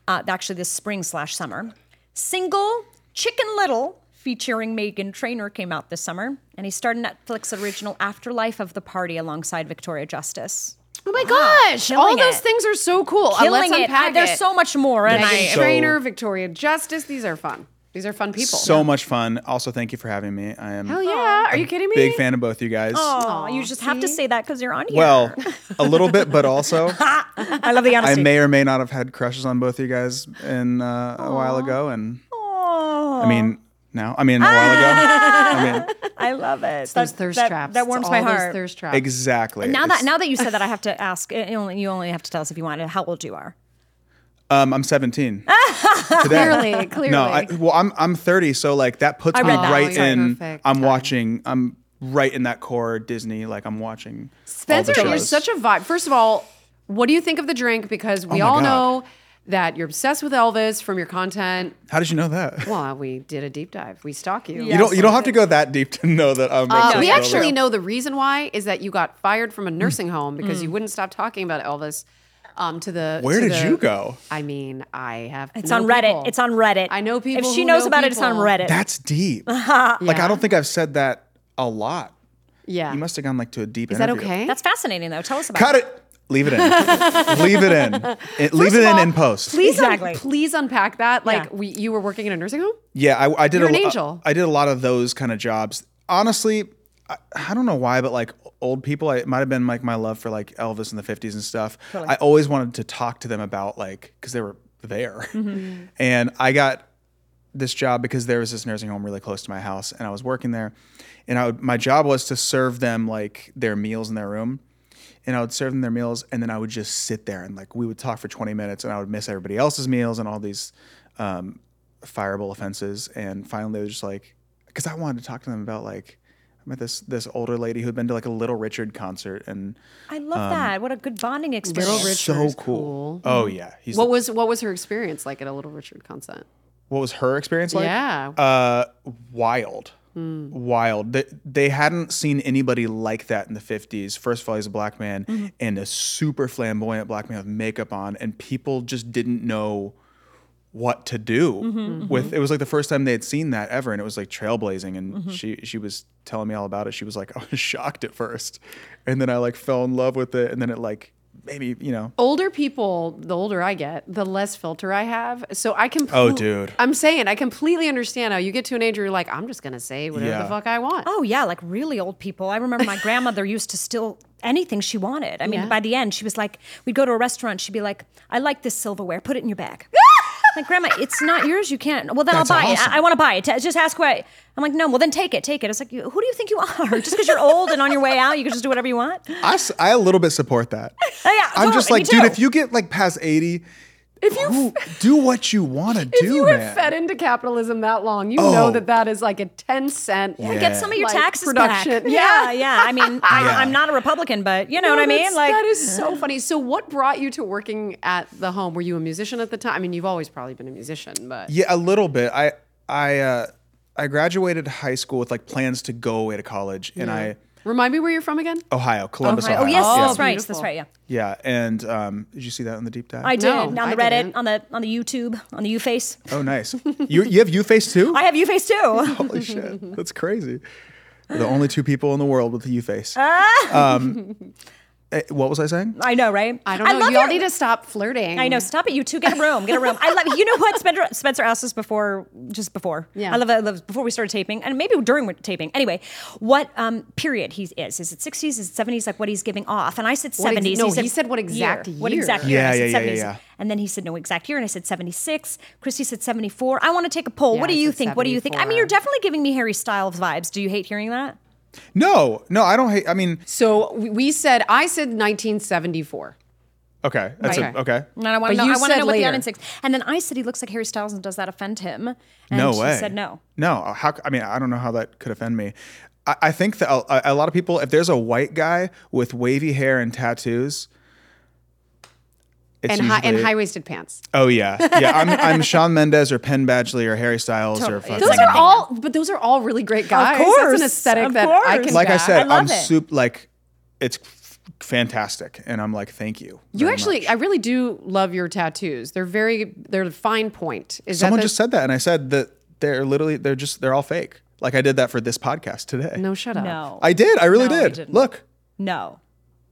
[SPEAKER 3] uh, actually this spring slash summer. Single, Chicken Little. Featuring Megan Trainor came out this summer, and he starred in Netflix original Afterlife of the Party alongside Victoria Justice.
[SPEAKER 4] Oh my gosh! All
[SPEAKER 3] killing
[SPEAKER 4] those
[SPEAKER 3] it.
[SPEAKER 4] things are so cool. Uh,
[SPEAKER 3] Killing
[SPEAKER 4] Let's
[SPEAKER 3] it.
[SPEAKER 4] unpack
[SPEAKER 3] There's
[SPEAKER 4] it.
[SPEAKER 3] so much more, and
[SPEAKER 4] Megan
[SPEAKER 3] I
[SPEAKER 6] So-
[SPEAKER 4] Trainer, Victoria Justice. These are fun. These are fun people.
[SPEAKER 6] So much fun. Also, thank you for having me. I am
[SPEAKER 4] Hell Oh, yeah! Are you kidding me?
[SPEAKER 6] big fan of both you guys.
[SPEAKER 3] oh, you just have to say that because you're on here.
[SPEAKER 6] Well, a little bit, but also
[SPEAKER 3] I love the
[SPEAKER 6] I
[SPEAKER 3] honesty.
[SPEAKER 6] may or may not have had crushes on both you guys in uh, a while ago, and I mean now, I mean a while ago. I mean
[SPEAKER 3] I love it. It's
[SPEAKER 4] Those thirst
[SPEAKER 3] that,
[SPEAKER 4] traps.
[SPEAKER 3] That
[SPEAKER 4] It's
[SPEAKER 3] warms
[SPEAKER 4] all
[SPEAKER 3] my
[SPEAKER 4] those
[SPEAKER 3] heart.
[SPEAKER 4] thirst traps.
[SPEAKER 6] exactly.
[SPEAKER 3] now
[SPEAKER 6] It's-
[SPEAKER 3] that now that you said that, I have to ask. You only, you only have to tell us if you want it, how old you are.
[SPEAKER 6] um, I'm 17. today.
[SPEAKER 4] Clearly, clearly.
[SPEAKER 6] No, I, well, I'm I'm 30, so like that puts me
[SPEAKER 3] read that.
[SPEAKER 6] right
[SPEAKER 4] Oh,
[SPEAKER 6] in.
[SPEAKER 4] perfect
[SPEAKER 6] I'm
[SPEAKER 4] time.
[SPEAKER 6] watching. I'm right in that core Disney. Like I'm watching. all the
[SPEAKER 4] Spencer, you're
[SPEAKER 6] shows.
[SPEAKER 4] such a vibe. First of all, what do you think of the drink? Because we
[SPEAKER 6] Oh my
[SPEAKER 4] all
[SPEAKER 6] God.
[SPEAKER 4] know that you're obsessed with Elvis from your content.
[SPEAKER 6] How did you know that?
[SPEAKER 4] Well, we did a deep dive. We stalk you.
[SPEAKER 6] you don't you don't have to go that deep to know Hmm. that I'm.
[SPEAKER 4] Uh,
[SPEAKER 6] obsessed
[SPEAKER 4] we
[SPEAKER 6] with
[SPEAKER 4] actually
[SPEAKER 6] Elvis.
[SPEAKER 4] know the reason why is that you got fired from a nursing home because you wouldn't stop talking about Elvis. Um, to the
[SPEAKER 6] Where
[SPEAKER 4] to
[SPEAKER 6] did
[SPEAKER 4] the-
[SPEAKER 6] you go?
[SPEAKER 4] I mean, I have.
[SPEAKER 3] It's
[SPEAKER 4] known
[SPEAKER 3] on Reddit.
[SPEAKER 4] people.
[SPEAKER 3] It's on Reddit.
[SPEAKER 4] I know people.
[SPEAKER 3] If she
[SPEAKER 4] who
[SPEAKER 3] knows
[SPEAKER 4] know
[SPEAKER 3] about it, it's on
[SPEAKER 4] people.
[SPEAKER 3] Reddit.
[SPEAKER 6] That's deep. Like I don't think I've said that a lot.
[SPEAKER 4] Yeah.
[SPEAKER 6] You must have gone like to a deep.
[SPEAKER 4] is that okay?
[SPEAKER 3] That's fascinating, though. Tell us about
[SPEAKER 6] Cut it. Leave it in. leave it in. It- leave it in in post.
[SPEAKER 4] please un-
[SPEAKER 3] Exactly.
[SPEAKER 4] please unpack that. Like
[SPEAKER 3] Yeah.
[SPEAKER 4] we, you were working in a nursing home.
[SPEAKER 6] Yeah, I, I did.
[SPEAKER 4] You're
[SPEAKER 6] a,
[SPEAKER 4] an
[SPEAKER 6] lo-
[SPEAKER 4] angel.
[SPEAKER 6] I, did a lot of those kind of jobs. Honestly, I, I don't know why, but like old people, I, it might have been like my love for like Elvis in the '50s and stuff. I always wanted to talk to them about like because they were there,
[SPEAKER 4] Mm-hmm.
[SPEAKER 6] and I got this job because there was this nursing home really close to my house, and I was working there, and I would, my job was to serve them like their meals in their room. And I would serve them their meals, and then I would just sit there and like we would talk for 20 minutes, and I would miss everybody else's meals and all these fireable offenses and finally they were just like because i wanted to talk to them about like i met this this older lady who'd been to like a little richard concert and
[SPEAKER 3] it. I love that. What a good bonding experience.
[SPEAKER 4] Little Richard
[SPEAKER 6] Um, so
[SPEAKER 4] is
[SPEAKER 6] cool.
[SPEAKER 4] cool.
[SPEAKER 6] oh yeah he's
[SPEAKER 4] What was what was her experience like at a Little Richard concert?
[SPEAKER 6] what was her experience like
[SPEAKER 4] yeah.
[SPEAKER 6] uh wild wild they, they hadn't seen anybody like that in the 50s first of all he's a black man and a super flamboyant black man with makeup on and people just didn't know what to do with it was like the first time they had seen that ever and it was like trailblazing and she she was telling me all about it she was like i was shocked at first and then i like fell in love with it and then it like maybe you know
[SPEAKER 4] older people, the older I get, the less filter I have. So I can.
[SPEAKER 6] Oh, dude.
[SPEAKER 4] I'm saying I completely understand how you get to an age where you're like, I'm just gonna say whatever
[SPEAKER 6] Yeah.
[SPEAKER 4] the fuck I want.
[SPEAKER 3] Oh yeah, like really old people. I remember my grandmother used to steal anything she wanted. I mean, by the end, she was like, we'd go to a restaurant, she'd be like, "I like this silverware. Put it in your bag." like, grandma, it's not yours. You can't. Well, then
[SPEAKER 6] That's
[SPEAKER 3] I'll buy
[SPEAKER 6] awesome.
[SPEAKER 3] it. I, want to buy it. Just ask why. I'm like, no. Well, then take it. Take it. It's like, "You- who do you think you are? Just because you're old and on your way out, you can just do whatever you want. Oh,
[SPEAKER 6] I, s- I a little bit support that
[SPEAKER 3] yeah,
[SPEAKER 6] i'm just
[SPEAKER 3] totally,
[SPEAKER 6] like
[SPEAKER 3] me
[SPEAKER 6] dude
[SPEAKER 3] too.
[SPEAKER 6] if you get like past 80 if you do what you want to do
[SPEAKER 4] If you were
[SPEAKER 6] man
[SPEAKER 4] fed into capitalism that long, you know
[SPEAKER 6] Oh.
[SPEAKER 4] that that is like a 10 cent.
[SPEAKER 6] Yeah.
[SPEAKER 3] get some of your
[SPEAKER 4] like,
[SPEAKER 3] taxes
[SPEAKER 4] production.
[SPEAKER 3] back. Yeah,
[SPEAKER 4] Yeah.
[SPEAKER 3] yeah. I mean, I,
[SPEAKER 6] Yeah.
[SPEAKER 3] I'm not a Republican, but you know what I mean.
[SPEAKER 4] That's-
[SPEAKER 3] Like,
[SPEAKER 4] that is so funny. So, what brought you to working at the home? Were you a musician at the time? I mean, you've always probably been a musician, but
[SPEAKER 6] Yeah, a little bit. I I uh, I graduated high school with like plans to go away to college, and I
[SPEAKER 4] remind me where you're from again.
[SPEAKER 6] Ohio, Columbus, Ohio.
[SPEAKER 3] oh yes,
[SPEAKER 4] Oh,
[SPEAKER 3] that's right.
[SPEAKER 4] beautiful.
[SPEAKER 3] That's right. Yeah.
[SPEAKER 6] Yeah, and um, did you see that on the deep dive?
[SPEAKER 3] I did
[SPEAKER 4] No,
[SPEAKER 3] on the
[SPEAKER 4] I
[SPEAKER 3] Reddit,
[SPEAKER 4] didn't.
[SPEAKER 3] on the on the YouTube, on the U face.
[SPEAKER 6] oh, nice. you you have U face too?
[SPEAKER 3] I have U face too.
[SPEAKER 6] Holy shit, that's crazy. We're the only two people in the world with a U face. um, eh, what was I saying?
[SPEAKER 3] I know, right?
[SPEAKER 4] I don't know.
[SPEAKER 3] love
[SPEAKER 4] You all
[SPEAKER 3] your-
[SPEAKER 4] need to stop flirting.
[SPEAKER 3] I know. Stop it, you two. Get a room. Get a room. I love. You know what? Spencer, Spencer asked us before, just before.
[SPEAKER 4] Yeah.
[SPEAKER 3] I love. I love. Before we started taping, and maybe during we're taping. Anyway, what um period he is? Is it sixties? Is it seventies? Like what he's giving off? And I said
[SPEAKER 4] ex-
[SPEAKER 3] seventies.
[SPEAKER 4] no, he said what exact
[SPEAKER 3] What
[SPEAKER 4] year.
[SPEAKER 3] exact year? and I said
[SPEAKER 6] Yeah, yeah, yeah,
[SPEAKER 3] 70s.
[SPEAKER 6] yeah, yeah.
[SPEAKER 3] And then he said no exact year, and I said seventy six. Christy said seventy four. I want to take a poll.
[SPEAKER 4] Yeah,
[SPEAKER 3] what do
[SPEAKER 4] I
[SPEAKER 3] you
[SPEAKER 4] said
[SPEAKER 3] think? What do you think? I mean, you're
[SPEAKER 4] 74.
[SPEAKER 3] definitely giving me Harry Styles vibes. Do you hate hearing that?
[SPEAKER 6] No, no, I don't hate. I mean,
[SPEAKER 4] So, we- we said, I said 1974.
[SPEAKER 6] okay, that's
[SPEAKER 4] Right.
[SPEAKER 6] a, okay.
[SPEAKER 3] And I want
[SPEAKER 4] But
[SPEAKER 3] to know.
[SPEAKER 4] you
[SPEAKER 3] I want to
[SPEAKER 4] said
[SPEAKER 3] know what the
[SPEAKER 4] later.
[SPEAKER 3] audience thinks. And then I said he looks like Harry Styles, and does that offend him? And
[SPEAKER 6] no
[SPEAKER 3] she
[SPEAKER 6] way.
[SPEAKER 3] Said no.
[SPEAKER 6] No. How? c- I mean, I don't know how that could offend me. I, I think that a, a lot of people, if there's a white guy with wavy hair and tattoos, it's
[SPEAKER 4] and, high, and
[SPEAKER 6] usually-
[SPEAKER 4] high waisted pants.
[SPEAKER 6] Oh yeah, yeah. I'm I'm Sean Mendes or Penn Badgley or Harry Styles or
[SPEAKER 3] Totally.
[SPEAKER 6] fucking.
[SPEAKER 4] Those
[SPEAKER 3] It's like
[SPEAKER 4] are
[SPEAKER 3] a thing
[SPEAKER 4] all, but those are all really great guys. That's
[SPEAKER 3] course,
[SPEAKER 4] an aesthetic
[SPEAKER 3] of
[SPEAKER 4] that I
[SPEAKER 3] course.
[SPEAKER 4] can.
[SPEAKER 6] like I
[SPEAKER 4] back.
[SPEAKER 6] said,
[SPEAKER 3] I
[SPEAKER 6] I'm
[SPEAKER 3] love it.
[SPEAKER 6] soup. Like it's f- fantastic, and I'm like, thank you.
[SPEAKER 4] you
[SPEAKER 6] very
[SPEAKER 4] actually,
[SPEAKER 6] much.
[SPEAKER 4] I really do love your tattoos. They're very, they're fine point. Is
[SPEAKER 6] someone
[SPEAKER 4] that the-
[SPEAKER 6] just said that, and I said that they're literally they're just they're all fake. Like I did that for this podcast today.
[SPEAKER 4] no? Shut up.
[SPEAKER 3] No.
[SPEAKER 6] I did. I really
[SPEAKER 3] No, you
[SPEAKER 6] did.
[SPEAKER 3] didn't.
[SPEAKER 6] Look,
[SPEAKER 3] no.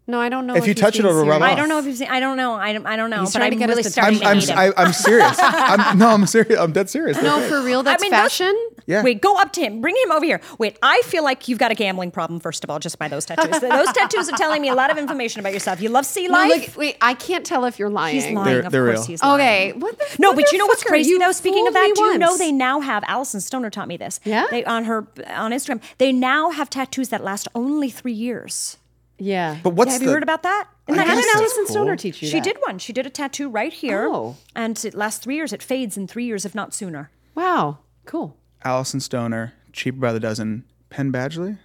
[SPEAKER 4] No, I don't know.
[SPEAKER 6] If you
[SPEAKER 4] he's
[SPEAKER 6] touch it,
[SPEAKER 4] being
[SPEAKER 6] it'll rub
[SPEAKER 4] serious.
[SPEAKER 6] off.
[SPEAKER 3] I don't know if you've seen. I don't know. I don't. I don't know.
[SPEAKER 4] He's
[SPEAKER 3] but
[SPEAKER 4] trying to
[SPEAKER 3] I'm
[SPEAKER 4] get us
[SPEAKER 3] really
[SPEAKER 4] to
[SPEAKER 6] I'm
[SPEAKER 4] touch
[SPEAKER 3] starting
[SPEAKER 6] I'm,
[SPEAKER 3] to hate him.
[SPEAKER 6] I, I'm serious. I'm, no, I'm serious. I'm dead serious.
[SPEAKER 4] No, for real, that's
[SPEAKER 3] mean, those-
[SPEAKER 4] fashion.
[SPEAKER 6] Yeah.
[SPEAKER 3] Wait, go up to him. Bring him over here. Wait, I feel like you've got a gambling problem, first of all, just by those tattoos. those tattoos are telling me a lot of information about yourself. You love sea
[SPEAKER 4] No,
[SPEAKER 3] life.
[SPEAKER 4] look, wait, I can't tell if you're lying.
[SPEAKER 3] he's lying.
[SPEAKER 6] They're-
[SPEAKER 3] of
[SPEAKER 6] they're
[SPEAKER 3] course
[SPEAKER 6] real.
[SPEAKER 3] he's lying.
[SPEAKER 4] Okay. What the
[SPEAKER 3] No, but you know what's
[SPEAKER 4] motherfucker,
[SPEAKER 3] crazy
[SPEAKER 4] you
[SPEAKER 3] though? Speaking of
[SPEAKER 4] fooled
[SPEAKER 3] that,
[SPEAKER 4] me
[SPEAKER 3] do you know
[SPEAKER 4] once.
[SPEAKER 3] they now have Allison Stoner taught me this.
[SPEAKER 4] Yeah?
[SPEAKER 3] They on her on Instagram, they now have tattoos that last only three years.
[SPEAKER 4] Yeah.
[SPEAKER 6] But what's
[SPEAKER 3] have
[SPEAKER 6] the,
[SPEAKER 3] you heard about that? Isn't
[SPEAKER 6] I
[SPEAKER 3] that
[SPEAKER 4] How
[SPEAKER 6] guess That's
[SPEAKER 4] did
[SPEAKER 3] interesting?
[SPEAKER 6] so
[SPEAKER 4] Allison
[SPEAKER 6] cool.
[SPEAKER 4] Stoner teach you
[SPEAKER 3] She
[SPEAKER 4] that?
[SPEAKER 3] did one. She did a tattoo right here.
[SPEAKER 4] Oh.
[SPEAKER 3] And it lasts three years. It fades in three years, if not sooner.
[SPEAKER 4] Wow. Cool.
[SPEAKER 6] Allison Stoner, cheaper by the dozen. Penn Badgley.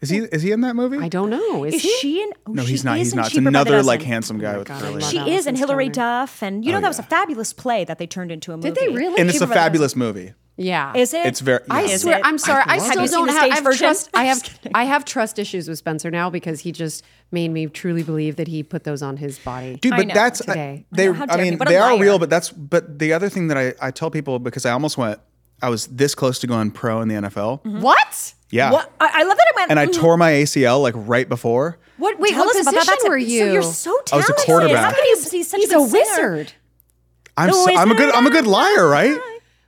[SPEAKER 6] Is he is he in that movie?
[SPEAKER 4] I don't know. Is,
[SPEAKER 3] Is
[SPEAKER 4] he?
[SPEAKER 3] she in? Oh,
[SPEAKER 6] no, he's
[SPEAKER 3] she Is
[SPEAKER 6] not. He's
[SPEAKER 3] in
[SPEAKER 6] not. It's
[SPEAKER 3] Cheaper by the
[SPEAKER 6] another like
[SPEAKER 3] Dozen. Oh
[SPEAKER 6] handsome guy with
[SPEAKER 4] God, I
[SPEAKER 6] curly.
[SPEAKER 4] love
[SPEAKER 6] hair.
[SPEAKER 3] She
[SPEAKER 4] Allison
[SPEAKER 3] is, and Hilary Duff, and you know that was a
[SPEAKER 6] yeah.
[SPEAKER 3] fabulous play that they turned into a movie.
[SPEAKER 4] Did they really?
[SPEAKER 6] And it's
[SPEAKER 3] Cheaper by the
[SPEAKER 6] a
[SPEAKER 3] Dozen.
[SPEAKER 6] fabulous movie.
[SPEAKER 4] yeah.
[SPEAKER 3] Is it?
[SPEAKER 6] It's very.
[SPEAKER 4] I
[SPEAKER 6] yeah.
[SPEAKER 3] Is
[SPEAKER 4] swear,
[SPEAKER 3] it?
[SPEAKER 4] I'm sorry. I
[SPEAKER 6] Have
[SPEAKER 4] still
[SPEAKER 6] you
[SPEAKER 3] seen
[SPEAKER 4] don't
[SPEAKER 3] the
[SPEAKER 4] have.
[SPEAKER 3] stage
[SPEAKER 4] I have
[SPEAKER 3] version?
[SPEAKER 4] trust. I
[SPEAKER 3] Just
[SPEAKER 4] have.
[SPEAKER 3] kidding.
[SPEAKER 4] I have trust issues with Spencer now because he just made me truly believe that he put those on his body.
[SPEAKER 6] Dude,
[SPEAKER 3] I
[SPEAKER 6] but
[SPEAKER 3] know,
[SPEAKER 6] that's I-
[SPEAKER 4] today.
[SPEAKER 6] they.
[SPEAKER 3] I know,
[SPEAKER 6] I,
[SPEAKER 3] how dare
[SPEAKER 6] mean,
[SPEAKER 3] me, what a
[SPEAKER 6] they are
[SPEAKER 3] liar.
[SPEAKER 6] real, but that's. But the other thing that I, I tell people because I almost went, I was this close to going pro in the NFL.
[SPEAKER 4] What?
[SPEAKER 6] Yeah,
[SPEAKER 3] Mm-hmm. What? I, I love that it went.
[SPEAKER 6] and I
[SPEAKER 3] mm,
[SPEAKER 6] tore my ACL like right before.
[SPEAKER 3] What? Wait,
[SPEAKER 4] Tell
[SPEAKER 3] tell
[SPEAKER 4] us
[SPEAKER 3] us about that.
[SPEAKER 4] position
[SPEAKER 3] That's a-
[SPEAKER 4] were
[SPEAKER 3] So
[SPEAKER 4] you?
[SPEAKER 3] you're so
[SPEAKER 6] I was a
[SPEAKER 3] talented.
[SPEAKER 6] quarterback.
[SPEAKER 3] How can you be such
[SPEAKER 4] He's
[SPEAKER 3] good
[SPEAKER 4] a
[SPEAKER 3] singer?
[SPEAKER 4] wizard.
[SPEAKER 6] I'm
[SPEAKER 3] No,
[SPEAKER 6] so,
[SPEAKER 3] it's
[SPEAKER 6] I'm a good
[SPEAKER 3] not
[SPEAKER 6] I'm a good
[SPEAKER 3] that
[SPEAKER 6] liar, right?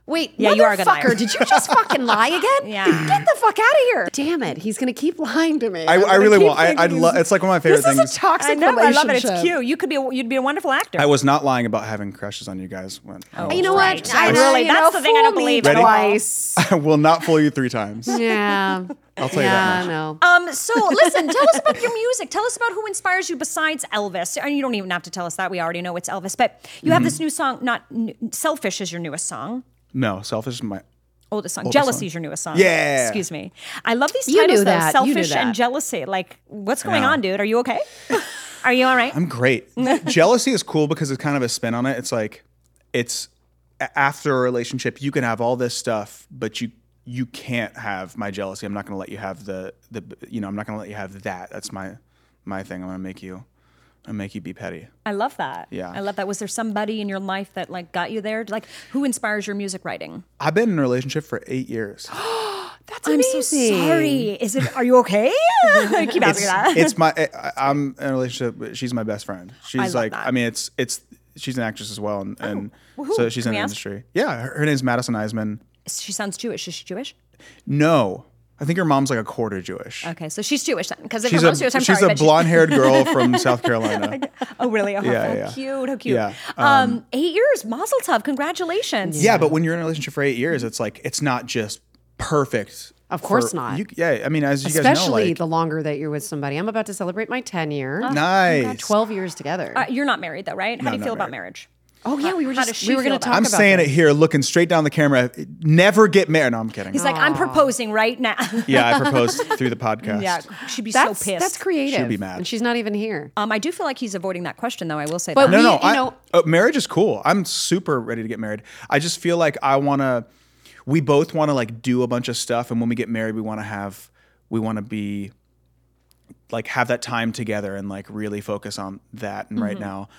[SPEAKER 4] Wait,
[SPEAKER 3] Yeah, you are a good liar.
[SPEAKER 4] motherfucker, Did you just fucking lie again?
[SPEAKER 3] Yeah.
[SPEAKER 4] Get the fuck out of here. Damn it. He's gonna keep lying to me.
[SPEAKER 6] I,
[SPEAKER 4] I'm
[SPEAKER 6] I
[SPEAKER 4] gonna
[SPEAKER 6] really
[SPEAKER 4] keep
[SPEAKER 6] will. I, I'd
[SPEAKER 4] thinking
[SPEAKER 6] love.
[SPEAKER 4] he's-
[SPEAKER 6] It's like one of my favorite
[SPEAKER 4] This
[SPEAKER 6] things.
[SPEAKER 4] is a toxic
[SPEAKER 3] I know. I love it.
[SPEAKER 4] relationship.
[SPEAKER 3] It's cute. You could be. A, you'd be a wonderful actor.
[SPEAKER 6] I was not lying about having crushes on you guys. When I
[SPEAKER 4] You Oh, know
[SPEAKER 6] was-
[SPEAKER 4] what?
[SPEAKER 3] I
[SPEAKER 4] know,
[SPEAKER 3] really-
[SPEAKER 4] you
[SPEAKER 3] that's
[SPEAKER 4] know,
[SPEAKER 3] the thing I don't
[SPEAKER 4] fool me
[SPEAKER 3] believe at
[SPEAKER 6] Ready? all.
[SPEAKER 4] Twice.
[SPEAKER 6] I will not fool you three times.
[SPEAKER 4] yeah. I'll
[SPEAKER 6] tell you
[SPEAKER 4] yeah,
[SPEAKER 6] that much.
[SPEAKER 4] No.
[SPEAKER 3] Um, so listen, tell us about your music. Tell us about who inspires you besides Elvis. And you don't even have to tell us that. We already know it's Elvis. But you have
[SPEAKER 4] Mm-hmm.
[SPEAKER 3] this new song, not n- Selfish is your newest song.
[SPEAKER 6] No, selfish is my.
[SPEAKER 3] Oldest song. Jealousy
[SPEAKER 6] song.
[SPEAKER 3] is your newest song.
[SPEAKER 6] Yeah.
[SPEAKER 3] Excuse me. I love these
[SPEAKER 4] You
[SPEAKER 3] titles though.
[SPEAKER 4] knew that. You knew
[SPEAKER 3] Selfish
[SPEAKER 4] that.
[SPEAKER 3] and jealousy. Like, what's going
[SPEAKER 6] know.
[SPEAKER 3] on, dude? Are you okay? Are you all right?
[SPEAKER 6] I'm great. Jealousy is cool because it's kind of a spin on it. It's like, it's a- after a relationship, you can have all this stuff, but you you can't have my jealousy. I'm not going to let you have the the you know I'm not going to let you have that. That's my my thing. I'm going to make you I'm gonna make you be petty.
[SPEAKER 3] I love that.
[SPEAKER 6] Yeah.
[SPEAKER 3] I love that. Was there somebody in your life that like got you there? Like, who inspires your music writing?
[SPEAKER 6] I've been in a relationship for eight years.
[SPEAKER 4] That's
[SPEAKER 3] I'm
[SPEAKER 4] amazing.
[SPEAKER 3] so sorry. Is it? Are you okay? Keep out of that.
[SPEAKER 6] it's my I, I- I'm in a relationship. But she's my best friend. She's
[SPEAKER 3] love
[SPEAKER 6] like
[SPEAKER 3] that. Oh,
[SPEAKER 6] I mean it's it's she's an actress as well and, and
[SPEAKER 3] Well, who?
[SPEAKER 6] so she's
[SPEAKER 3] Can
[SPEAKER 6] in
[SPEAKER 3] we
[SPEAKER 6] the
[SPEAKER 3] ask?
[SPEAKER 6] industry. Yeah, her, her name's Madison Eisman.
[SPEAKER 3] She sounds Jewish. Is she Jewish?
[SPEAKER 6] No, I think her mom's like a quarter Jewish.
[SPEAKER 3] Okay, so she's Jewish then, because if
[SPEAKER 6] She's
[SPEAKER 3] her
[SPEAKER 6] a
[SPEAKER 3] mom's Jewish, I'm
[SPEAKER 6] she's
[SPEAKER 3] sorry,
[SPEAKER 6] a
[SPEAKER 3] but she-
[SPEAKER 6] blonde-haired girl from South Carolina.
[SPEAKER 3] oh, really? Oh,
[SPEAKER 6] Yeah,
[SPEAKER 3] how
[SPEAKER 6] yeah.
[SPEAKER 3] cute! How cute!
[SPEAKER 6] Yeah,
[SPEAKER 3] Um, eight years, Mazel Tov! Congratulations!
[SPEAKER 6] Yeah, but when you're in a relationship for eight years, it's like it's not just perfect.
[SPEAKER 4] Of course
[SPEAKER 6] for-
[SPEAKER 4] not.
[SPEAKER 6] You, yeah, I mean, as you guys know,
[SPEAKER 4] Especially
[SPEAKER 6] like,
[SPEAKER 4] the longer that you're with somebody. I'm about to celebrate my 10 year.
[SPEAKER 6] nice.
[SPEAKER 4] 12 years together.
[SPEAKER 3] Uh, you're not married though, Uh, right? How do you
[SPEAKER 6] not
[SPEAKER 3] feel about
[SPEAKER 6] married.
[SPEAKER 3] marriage?
[SPEAKER 4] oh, yeah. We were
[SPEAKER 3] how
[SPEAKER 4] just,
[SPEAKER 3] does she
[SPEAKER 4] we were
[SPEAKER 3] feel
[SPEAKER 4] going to
[SPEAKER 3] about
[SPEAKER 4] talk
[SPEAKER 6] I'm
[SPEAKER 4] about
[SPEAKER 6] saying
[SPEAKER 4] this.
[SPEAKER 6] it here, looking straight down the camera. Never get married. No, I'm kidding.
[SPEAKER 3] He's like, I'm proposing right now.
[SPEAKER 6] yeah, I proposed through the podcast.
[SPEAKER 3] yeah, she'd be
[SPEAKER 4] That's,
[SPEAKER 3] so pissed.
[SPEAKER 4] that's creative.
[SPEAKER 6] be mad.
[SPEAKER 4] And she's not even here.
[SPEAKER 3] Um, I do feel like he's avoiding that question though. I will say that.
[SPEAKER 4] But
[SPEAKER 6] No,
[SPEAKER 4] We-
[SPEAKER 6] no,
[SPEAKER 4] you
[SPEAKER 6] I,
[SPEAKER 4] know-
[SPEAKER 6] uh, marriage is cool. I'm super ready to get married. I just feel like I want to. We both want to like do a bunch of stuff, and when we get married, we want to have, we want to be, like have that time together and like really focus on that. And
[SPEAKER 4] Mm-hmm.
[SPEAKER 6] right now,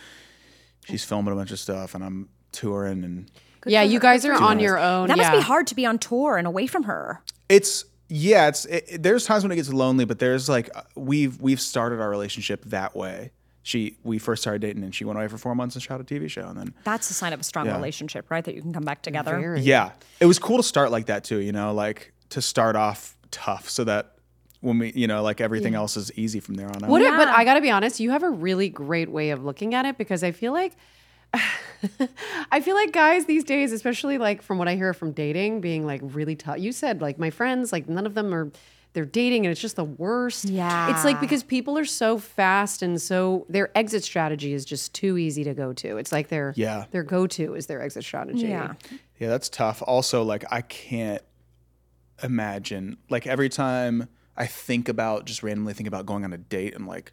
[SPEAKER 6] she's filming a bunch of stuff, and I'm touring, and
[SPEAKER 4] yeah, you guys are on your own.
[SPEAKER 3] that
[SPEAKER 4] yeah.
[SPEAKER 3] must be hard to be on tour and away from her.
[SPEAKER 6] it's yeah, it's it, it- there's times when it gets lonely, but there's like uh, we've we've started our relationship that way. She we first started dating, and she went away for four months and shot a TV show, and then
[SPEAKER 3] That's a sign of a strong relationship, right? That you can come back together.
[SPEAKER 4] Very.
[SPEAKER 6] Yeah. It was cool to start like that too, you know, like to start off tough so that when we, you know, like everything else is easy from there on out.
[SPEAKER 4] What a- but I got to be honest, you have a really great way of looking at it because I feel like I feel like guys these days, especially like from what I hear from dating, being like really tough. You said like my friends, like none of them are they're dating and it's just the worst.
[SPEAKER 3] Yeah.
[SPEAKER 4] It's like because people are so fast and so their exit strategy is just too easy to go to. It's like their
[SPEAKER 6] Yeah.
[SPEAKER 4] their go to is their exit strategy.
[SPEAKER 3] Yeah.
[SPEAKER 6] yeah, that's tough. Also, like I can't imagine like every time I think about just randomly think about going on a date and like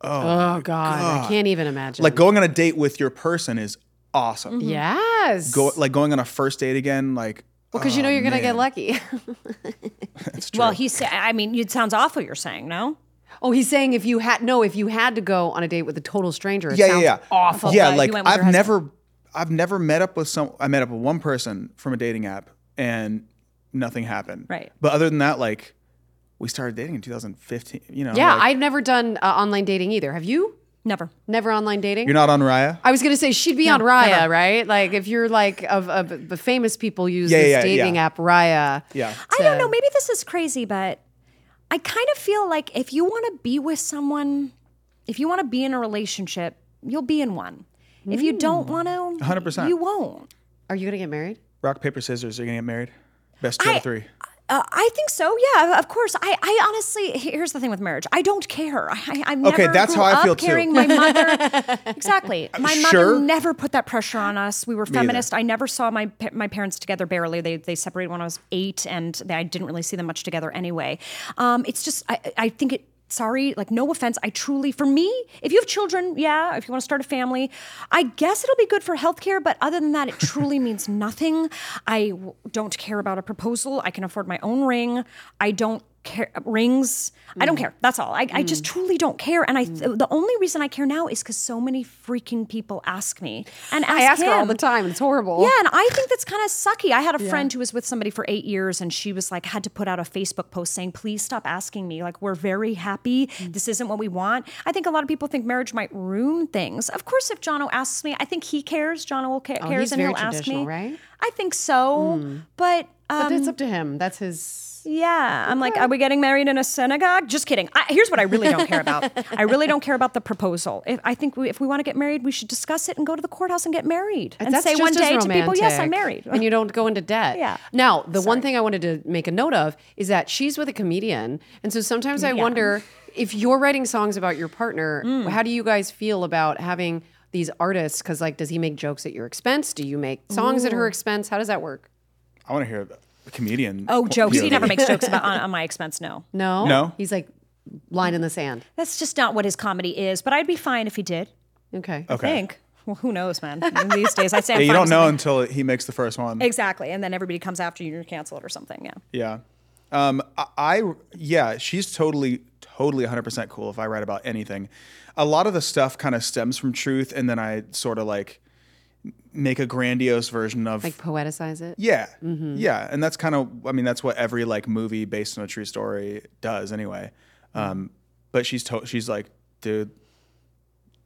[SPEAKER 4] Oh god, I can't even imagine.
[SPEAKER 6] like going on a date with your person is awesome.
[SPEAKER 4] Yes.
[SPEAKER 6] Go like going on a first date again, like
[SPEAKER 4] because you know you're gonna get lucky.
[SPEAKER 6] it's
[SPEAKER 3] Well,
[SPEAKER 6] true.
[SPEAKER 3] he said. I mean, it sounds awful. You're saying no.
[SPEAKER 4] Oh, he's saying if you had no, if you had to go on a date with a total stranger, it
[SPEAKER 6] yeah, yeah,
[SPEAKER 4] sounds
[SPEAKER 6] yeah.
[SPEAKER 4] awful.
[SPEAKER 6] Yeah,
[SPEAKER 3] you
[SPEAKER 6] like
[SPEAKER 3] went with her
[SPEAKER 6] I've
[SPEAKER 3] husband.
[SPEAKER 6] never, I've never met up with some. I met up with one person from a dating app, and nothing happened.
[SPEAKER 3] Right.
[SPEAKER 6] But other than that, like we started dating in 2015. You know,
[SPEAKER 4] Yeah,
[SPEAKER 6] like,
[SPEAKER 4] I've never done uh, online dating either. Have you?
[SPEAKER 3] Never.
[SPEAKER 4] Never online dating?
[SPEAKER 6] you're not on Raya.
[SPEAKER 4] I was gonna say she'd be on Raya, right? Like if you're like of, of the famous people use
[SPEAKER 6] Yeah,
[SPEAKER 4] this
[SPEAKER 6] yeah,
[SPEAKER 4] dating
[SPEAKER 6] yeah.
[SPEAKER 4] app Raya.
[SPEAKER 6] Yeah,
[SPEAKER 3] I don't know. Maybe this is crazy, but I kind of feel like if you want to be with someone, if you want to be in a relationship, you'll be in one. If you
[SPEAKER 6] Hmm.
[SPEAKER 3] don't want to,
[SPEAKER 6] 100%.
[SPEAKER 3] you won't.
[SPEAKER 4] Are you gonna get married?
[SPEAKER 6] rock paper scissors. Are you gonna get married? Best two out of three.
[SPEAKER 3] Uh, I think so. Yeah, of course. I, I honestly, here's the thing with marriage. I don't care. I, I, I never
[SPEAKER 6] Okay, that's
[SPEAKER 3] grew
[SPEAKER 6] how I
[SPEAKER 3] up
[SPEAKER 6] feel too. Uh,
[SPEAKER 3] caring. My mother, exactly. My
[SPEAKER 6] sure.
[SPEAKER 3] mother never put that pressure on us. We were feminist. I never saw my pa- my parents together. Barely. They they separated when I was eight, and they, I didn't really see them much together anyway. Um, it's just I I think it. Sorry, like no offense. I truly, for me, if you have children, yeah, if you want to start a family, I guess it'll be good for healthcare. But other than that, it truly means nothing. I w- don't care about a proposal. I can afford my own ring. I don't care uh, rings. I
[SPEAKER 4] Mm.
[SPEAKER 3] don't care. That's all. I, I just truly don't care. And I the only reason I care now is because so many freaking people ask me and ask
[SPEAKER 4] I ask her all
[SPEAKER 3] him.
[SPEAKER 4] the time. It's horrible.
[SPEAKER 3] Yeah, and I think that's kind of sucky. I had a friend who was with somebody for eight years, and she was like, had to put out a Facebook post saying, "Please stop asking me. Like, we're very happy.
[SPEAKER 4] Mm.
[SPEAKER 3] This isn't what we want." I think a lot of people think marriage might ruin things. Of course, if Jono asks me, I think he cares. Jono will ca- cares,
[SPEAKER 4] Oh, he's
[SPEAKER 3] and
[SPEAKER 4] very
[SPEAKER 3] he'll ask me.
[SPEAKER 4] traditional, right? Hmm.
[SPEAKER 3] I think so, but. Um,
[SPEAKER 4] But it's up to him. That's his
[SPEAKER 3] yeah, I'm like, are we getting married in a synagogue? Just kidding. I, here's what I really don't care about. I really don't care about the proposal. If, I think we, if we want to get married, we should discuss it and go to the courthouse and get married and
[SPEAKER 4] That's
[SPEAKER 3] say
[SPEAKER 4] just
[SPEAKER 3] one
[SPEAKER 4] as
[SPEAKER 3] day to people, "Yes, I'm
[SPEAKER 4] romantic.
[SPEAKER 3] married."
[SPEAKER 4] and you don't go into debt.
[SPEAKER 3] Yeah.
[SPEAKER 4] Now, the one thing I wanted to make a note of is that she's with a comedian, and so sometimes I wonder if you're writing songs about your partner.
[SPEAKER 3] Mm.
[SPEAKER 4] How do you guys feel about having these artists? Because like, does he make jokes at your expense? Do you make songs at her expense? How does that work?
[SPEAKER 6] I want to hear a comedian.
[SPEAKER 3] Oh,
[SPEAKER 6] po-
[SPEAKER 3] jokes. He
[SPEAKER 6] POV.
[SPEAKER 3] never makes jokes about on, on my expense. No,
[SPEAKER 4] No.
[SPEAKER 6] No.
[SPEAKER 4] He's like line in the sand.
[SPEAKER 3] that's just not what his comedy is. But I'd be fine if he did.
[SPEAKER 4] Okay.
[SPEAKER 3] I think. Well, who knows, man? These days, I say I'm fine
[SPEAKER 6] Yeah, you don't
[SPEAKER 3] with
[SPEAKER 6] know
[SPEAKER 3] something.
[SPEAKER 6] until he makes the first one.
[SPEAKER 3] exactly, and then everybody comes after you. and You're canceled or something. Yeah.
[SPEAKER 6] Yeah. Um, I, I yeah, she's totally totally 100% cool if I write about anything. A lot of the stuff kind of stems from truth and then I sort of like make a grandiose version of
[SPEAKER 4] Like mm-hmm. poeticize it.
[SPEAKER 6] yeah. Yeah, and that's kind of I mean that's what every like movie based on a true story does anyway. Um, but she's to- she's like dude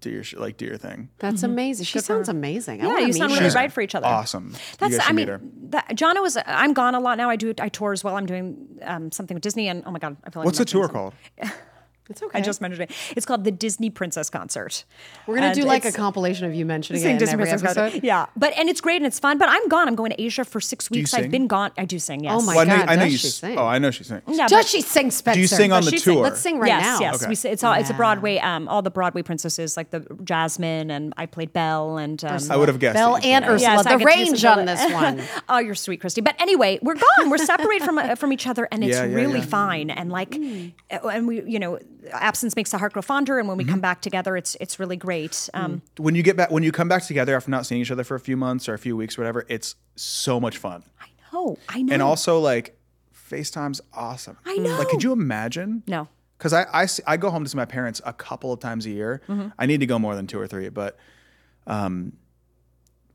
[SPEAKER 6] do your sh- like do your thing.
[SPEAKER 4] That's
[SPEAKER 3] Mm-hmm.
[SPEAKER 4] amazing. She sounds amazing. I
[SPEAKER 3] Yeah,
[SPEAKER 4] wanna
[SPEAKER 3] you
[SPEAKER 4] meet
[SPEAKER 3] sound
[SPEAKER 4] her.
[SPEAKER 3] really right for each other.
[SPEAKER 6] Awesome.
[SPEAKER 3] That's
[SPEAKER 6] you guys
[SPEAKER 3] I
[SPEAKER 6] should
[SPEAKER 3] mean,
[SPEAKER 6] meet her.
[SPEAKER 3] that, Jono is. I'm gone a lot now. I do I tour as well. I'm doing um, something with Disney, and oh my god, I feel like
[SPEAKER 6] What's
[SPEAKER 3] I'm
[SPEAKER 6] the tour
[SPEAKER 3] mentioning
[SPEAKER 6] called?
[SPEAKER 4] It's okay.
[SPEAKER 3] something. I just mentioned it. It's called the Disney Princess Concert.
[SPEAKER 4] We're gonna
[SPEAKER 3] And
[SPEAKER 4] do like a
[SPEAKER 3] it's-
[SPEAKER 4] compilation of you mentioning
[SPEAKER 3] Sing
[SPEAKER 4] it in
[SPEAKER 3] Disney
[SPEAKER 4] every
[SPEAKER 3] Princess Concert.
[SPEAKER 4] episode.
[SPEAKER 3] Yeah, but and it's great and it's fun. But I'm gone. I'm going to Asia for six
[SPEAKER 6] you
[SPEAKER 3] weeks.
[SPEAKER 6] sing?
[SPEAKER 3] I've been gone. I do sing. Yes.
[SPEAKER 4] Oh my
[SPEAKER 6] Well, I know,
[SPEAKER 4] God,
[SPEAKER 6] I know
[SPEAKER 4] does
[SPEAKER 6] you
[SPEAKER 4] she
[SPEAKER 6] s-
[SPEAKER 4] sing?
[SPEAKER 6] Oh, I know she sings.
[SPEAKER 3] Yeah,
[SPEAKER 4] Does
[SPEAKER 3] but-
[SPEAKER 4] she sing Spencer?
[SPEAKER 6] Do you sing on the
[SPEAKER 3] she sing-
[SPEAKER 6] tour?
[SPEAKER 4] Let's sing right
[SPEAKER 3] yes,
[SPEAKER 4] now.
[SPEAKER 3] Yes,
[SPEAKER 6] Okay.
[SPEAKER 3] we s it's all it's a Broadway. Um, all the Broadway princesses like the Jasmine and I played Belle and um,
[SPEAKER 6] I would have guessed.
[SPEAKER 4] Bell
[SPEAKER 6] that you
[SPEAKER 4] and
[SPEAKER 6] said that.
[SPEAKER 4] Ursula.
[SPEAKER 3] Yes, I
[SPEAKER 4] the
[SPEAKER 3] could use
[SPEAKER 4] range
[SPEAKER 3] some
[SPEAKER 4] on
[SPEAKER 3] Bella.
[SPEAKER 4] this one.
[SPEAKER 3] Oh, you're sweet, Christy. But anyway, we're gone. We're separated from uh, from each other, and it's
[SPEAKER 6] Yeah, yeah,
[SPEAKER 3] really
[SPEAKER 6] yeah.
[SPEAKER 3] fine. And like,
[SPEAKER 4] Mm.
[SPEAKER 3] uh, and we, you know, absence makes the heart grow fonder. And when we come
[SPEAKER 6] Mm-hmm.
[SPEAKER 3] back together, it's it's really great. Um,
[SPEAKER 6] when you get back when you come back together after not seeing each other for a few months or a few weeks or whatever it's so much fun
[SPEAKER 3] Oh, I know.
[SPEAKER 6] and also like facetime's awesome
[SPEAKER 3] I
[SPEAKER 6] like could you imagine
[SPEAKER 3] no,
[SPEAKER 6] because I, I see- I go home to see my parents a couple of times a year
[SPEAKER 4] Mm-hmm.
[SPEAKER 6] i need to go more than two or three but um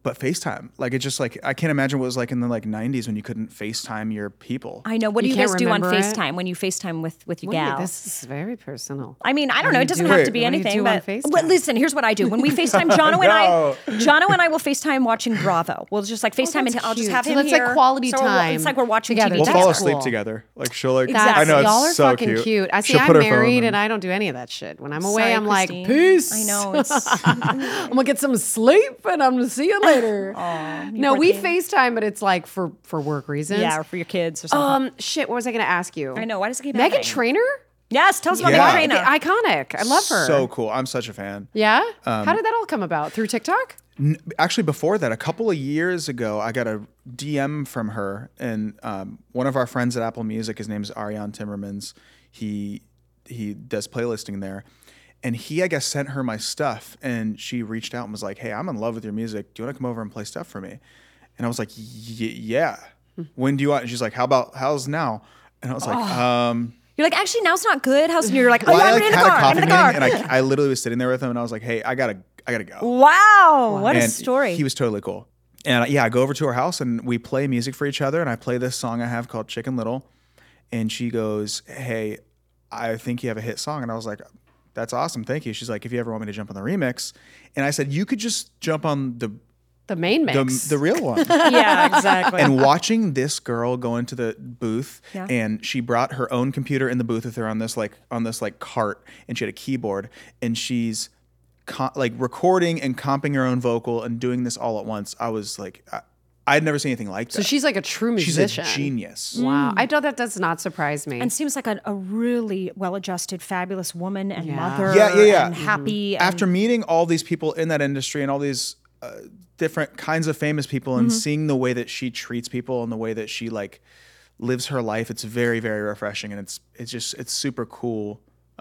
[SPEAKER 6] but facetime like it's just like i can't imagine what it was like in the like 90s when you couldn't facetime your people
[SPEAKER 3] I know. What do
[SPEAKER 4] You
[SPEAKER 3] you guys
[SPEAKER 4] can't
[SPEAKER 3] do on
[SPEAKER 4] remember it?
[SPEAKER 3] Facetime when you Facetime with with your
[SPEAKER 4] Wait,
[SPEAKER 3] gal?
[SPEAKER 4] this is very personal.
[SPEAKER 3] I mean, I don't know. It doesn't
[SPEAKER 4] do
[SPEAKER 3] have
[SPEAKER 6] it?
[SPEAKER 3] to be
[SPEAKER 4] What do you
[SPEAKER 3] anything.
[SPEAKER 4] do on
[SPEAKER 3] But
[SPEAKER 4] FaceTime?
[SPEAKER 3] Well, listen, here's what I do. When we FaceTime, Jono and I, Jono and I will FaceTime watching Bravo. We'll just like FaceTime and
[SPEAKER 4] Oh, that's
[SPEAKER 3] I'll just
[SPEAKER 4] cute.
[SPEAKER 3] have
[SPEAKER 4] So
[SPEAKER 3] him
[SPEAKER 4] that's, like,
[SPEAKER 3] here.
[SPEAKER 4] quality
[SPEAKER 3] So we're-
[SPEAKER 4] time
[SPEAKER 3] It's like we're watching
[SPEAKER 4] together.
[SPEAKER 3] TV.
[SPEAKER 6] we'll
[SPEAKER 4] That's
[SPEAKER 6] fall asleep
[SPEAKER 4] cool.
[SPEAKER 6] together like she'll like
[SPEAKER 3] Exactly.
[SPEAKER 6] i know it's
[SPEAKER 4] Y'all are
[SPEAKER 6] so
[SPEAKER 4] fucking cute.
[SPEAKER 6] cute.
[SPEAKER 4] I see.
[SPEAKER 6] She'll
[SPEAKER 4] I'm
[SPEAKER 6] put her phone
[SPEAKER 4] married,
[SPEAKER 6] in-
[SPEAKER 4] and I don't do any of that shit. When I'm away,
[SPEAKER 3] Sorry,
[SPEAKER 4] I'm
[SPEAKER 3] Christine.
[SPEAKER 4] like, peace.
[SPEAKER 3] I know. It's,
[SPEAKER 4] I'm gonna get some sleep, and I'm gonna see you later. no, we FaceTime, but it's like for for work reasons.
[SPEAKER 3] yeah, or for your kids or something.
[SPEAKER 4] Um. Shit. What was I gonna ask you?
[SPEAKER 3] I know. Why does it keep
[SPEAKER 4] Megan
[SPEAKER 3] happening?
[SPEAKER 4] Trainer.
[SPEAKER 3] Yes, tell us about
[SPEAKER 6] Yeah.
[SPEAKER 3] Megan
[SPEAKER 6] Megan
[SPEAKER 3] Trainor.
[SPEAKER 4] Iconic. I love her.
[SPEAKER 6] so um, cool i'm such a fan
[SPEAKER 4] Yeah. How did that all come about? Through TikTok?
[SPEAKER 6] N- actually before that a couple of years ago i got a dm from her and um, one of our friends at apple music his name's ariane timmermans he he does playlisting there and he i guess sent her my stuff and she reached out and was like hey i'm in love with your music do you want to come over and play stuff for me and i was like "Y- yeah
[SPEAKER 3] Hmm.
[SPEAKER 6] when do you want and she's like how about how's now and i was
[SPEAKER 3] Oh,
[SPEAKER 6] like um
[SPEAKER 3] You're like, actually, now's not good. How's You're like, oh,
[SPEAKER 6] well,
[SPEAKER 3] yeah,
[SPEAKER 6] i
[SPEAKER 3] I'm
[SPEAKER 6] like
[SPEAKER 3] in the
[SPEAKER 6] had
[SPEAKER 3] car.
[SPEAKER 6] a
[SPEAKER 3] I'm
[SPEAKER 6] coffee
[SPEAKER 3] in the
[SPEAKER 6] meeting
[SPEAKER 3] car.
[SPEAKER 6] and I, I literally was sitting there with him and i was like hey i gotta i gotta go
[SPEAKER 3] wow, what a
[SPEAKER 6] and
[SPEAKER 3] story.
[SPEAKER 6] He was totally cool. And uh, yeah, I go over to her house and we play music for each other. And I play this song I have called Chicken Little. and she goes, "Hey, I think you have a hit song." And I was like, "That's awesome, thank you." She's like, "If you ever want me to jump on the remix," and I said, "You could just jump on the
[SPEAKER 4] The main
[SPEAKER 6] the,
[SPEAKER 4] mix.
[SPEAKER 6] the real one."
[SPEAKER 3] yeah, exactly.
[SPEAKER 6] and watching this girl go into the booth and she brought her own computer in the booth with her on this like on this like cart and she had a keyboard and she's co- like recording and comping her own vocal and doing this all at once i was like I, i'd never seen anything like
[SPEAKER 4] so
[SPEAKER 6] that
[SPEAKER 4] she's like a true
[SPEAKER 6] she's
[SPEAKER 4] musician.
[SPEAKER 6] a genius
[SPEAKER 4] Wow. I thought that does not surprise me.
[SPEAKER 3] and seems like a, a really well-adjusted, fabulous woman and mother.
[SPEAKER 6] Yeah, yeah, yeah.
[SPEAKER 3] And happy.
[SPEAKER 4] Mm-hmm.
[SPEAKER 3] and-
[SPEAKER 6] after meeting all these people in that industry and all these uh, different kinds of famous people and seeing the way that she treats people and the way that she like lives her life it's very very refreshing and it's it's just it's super cool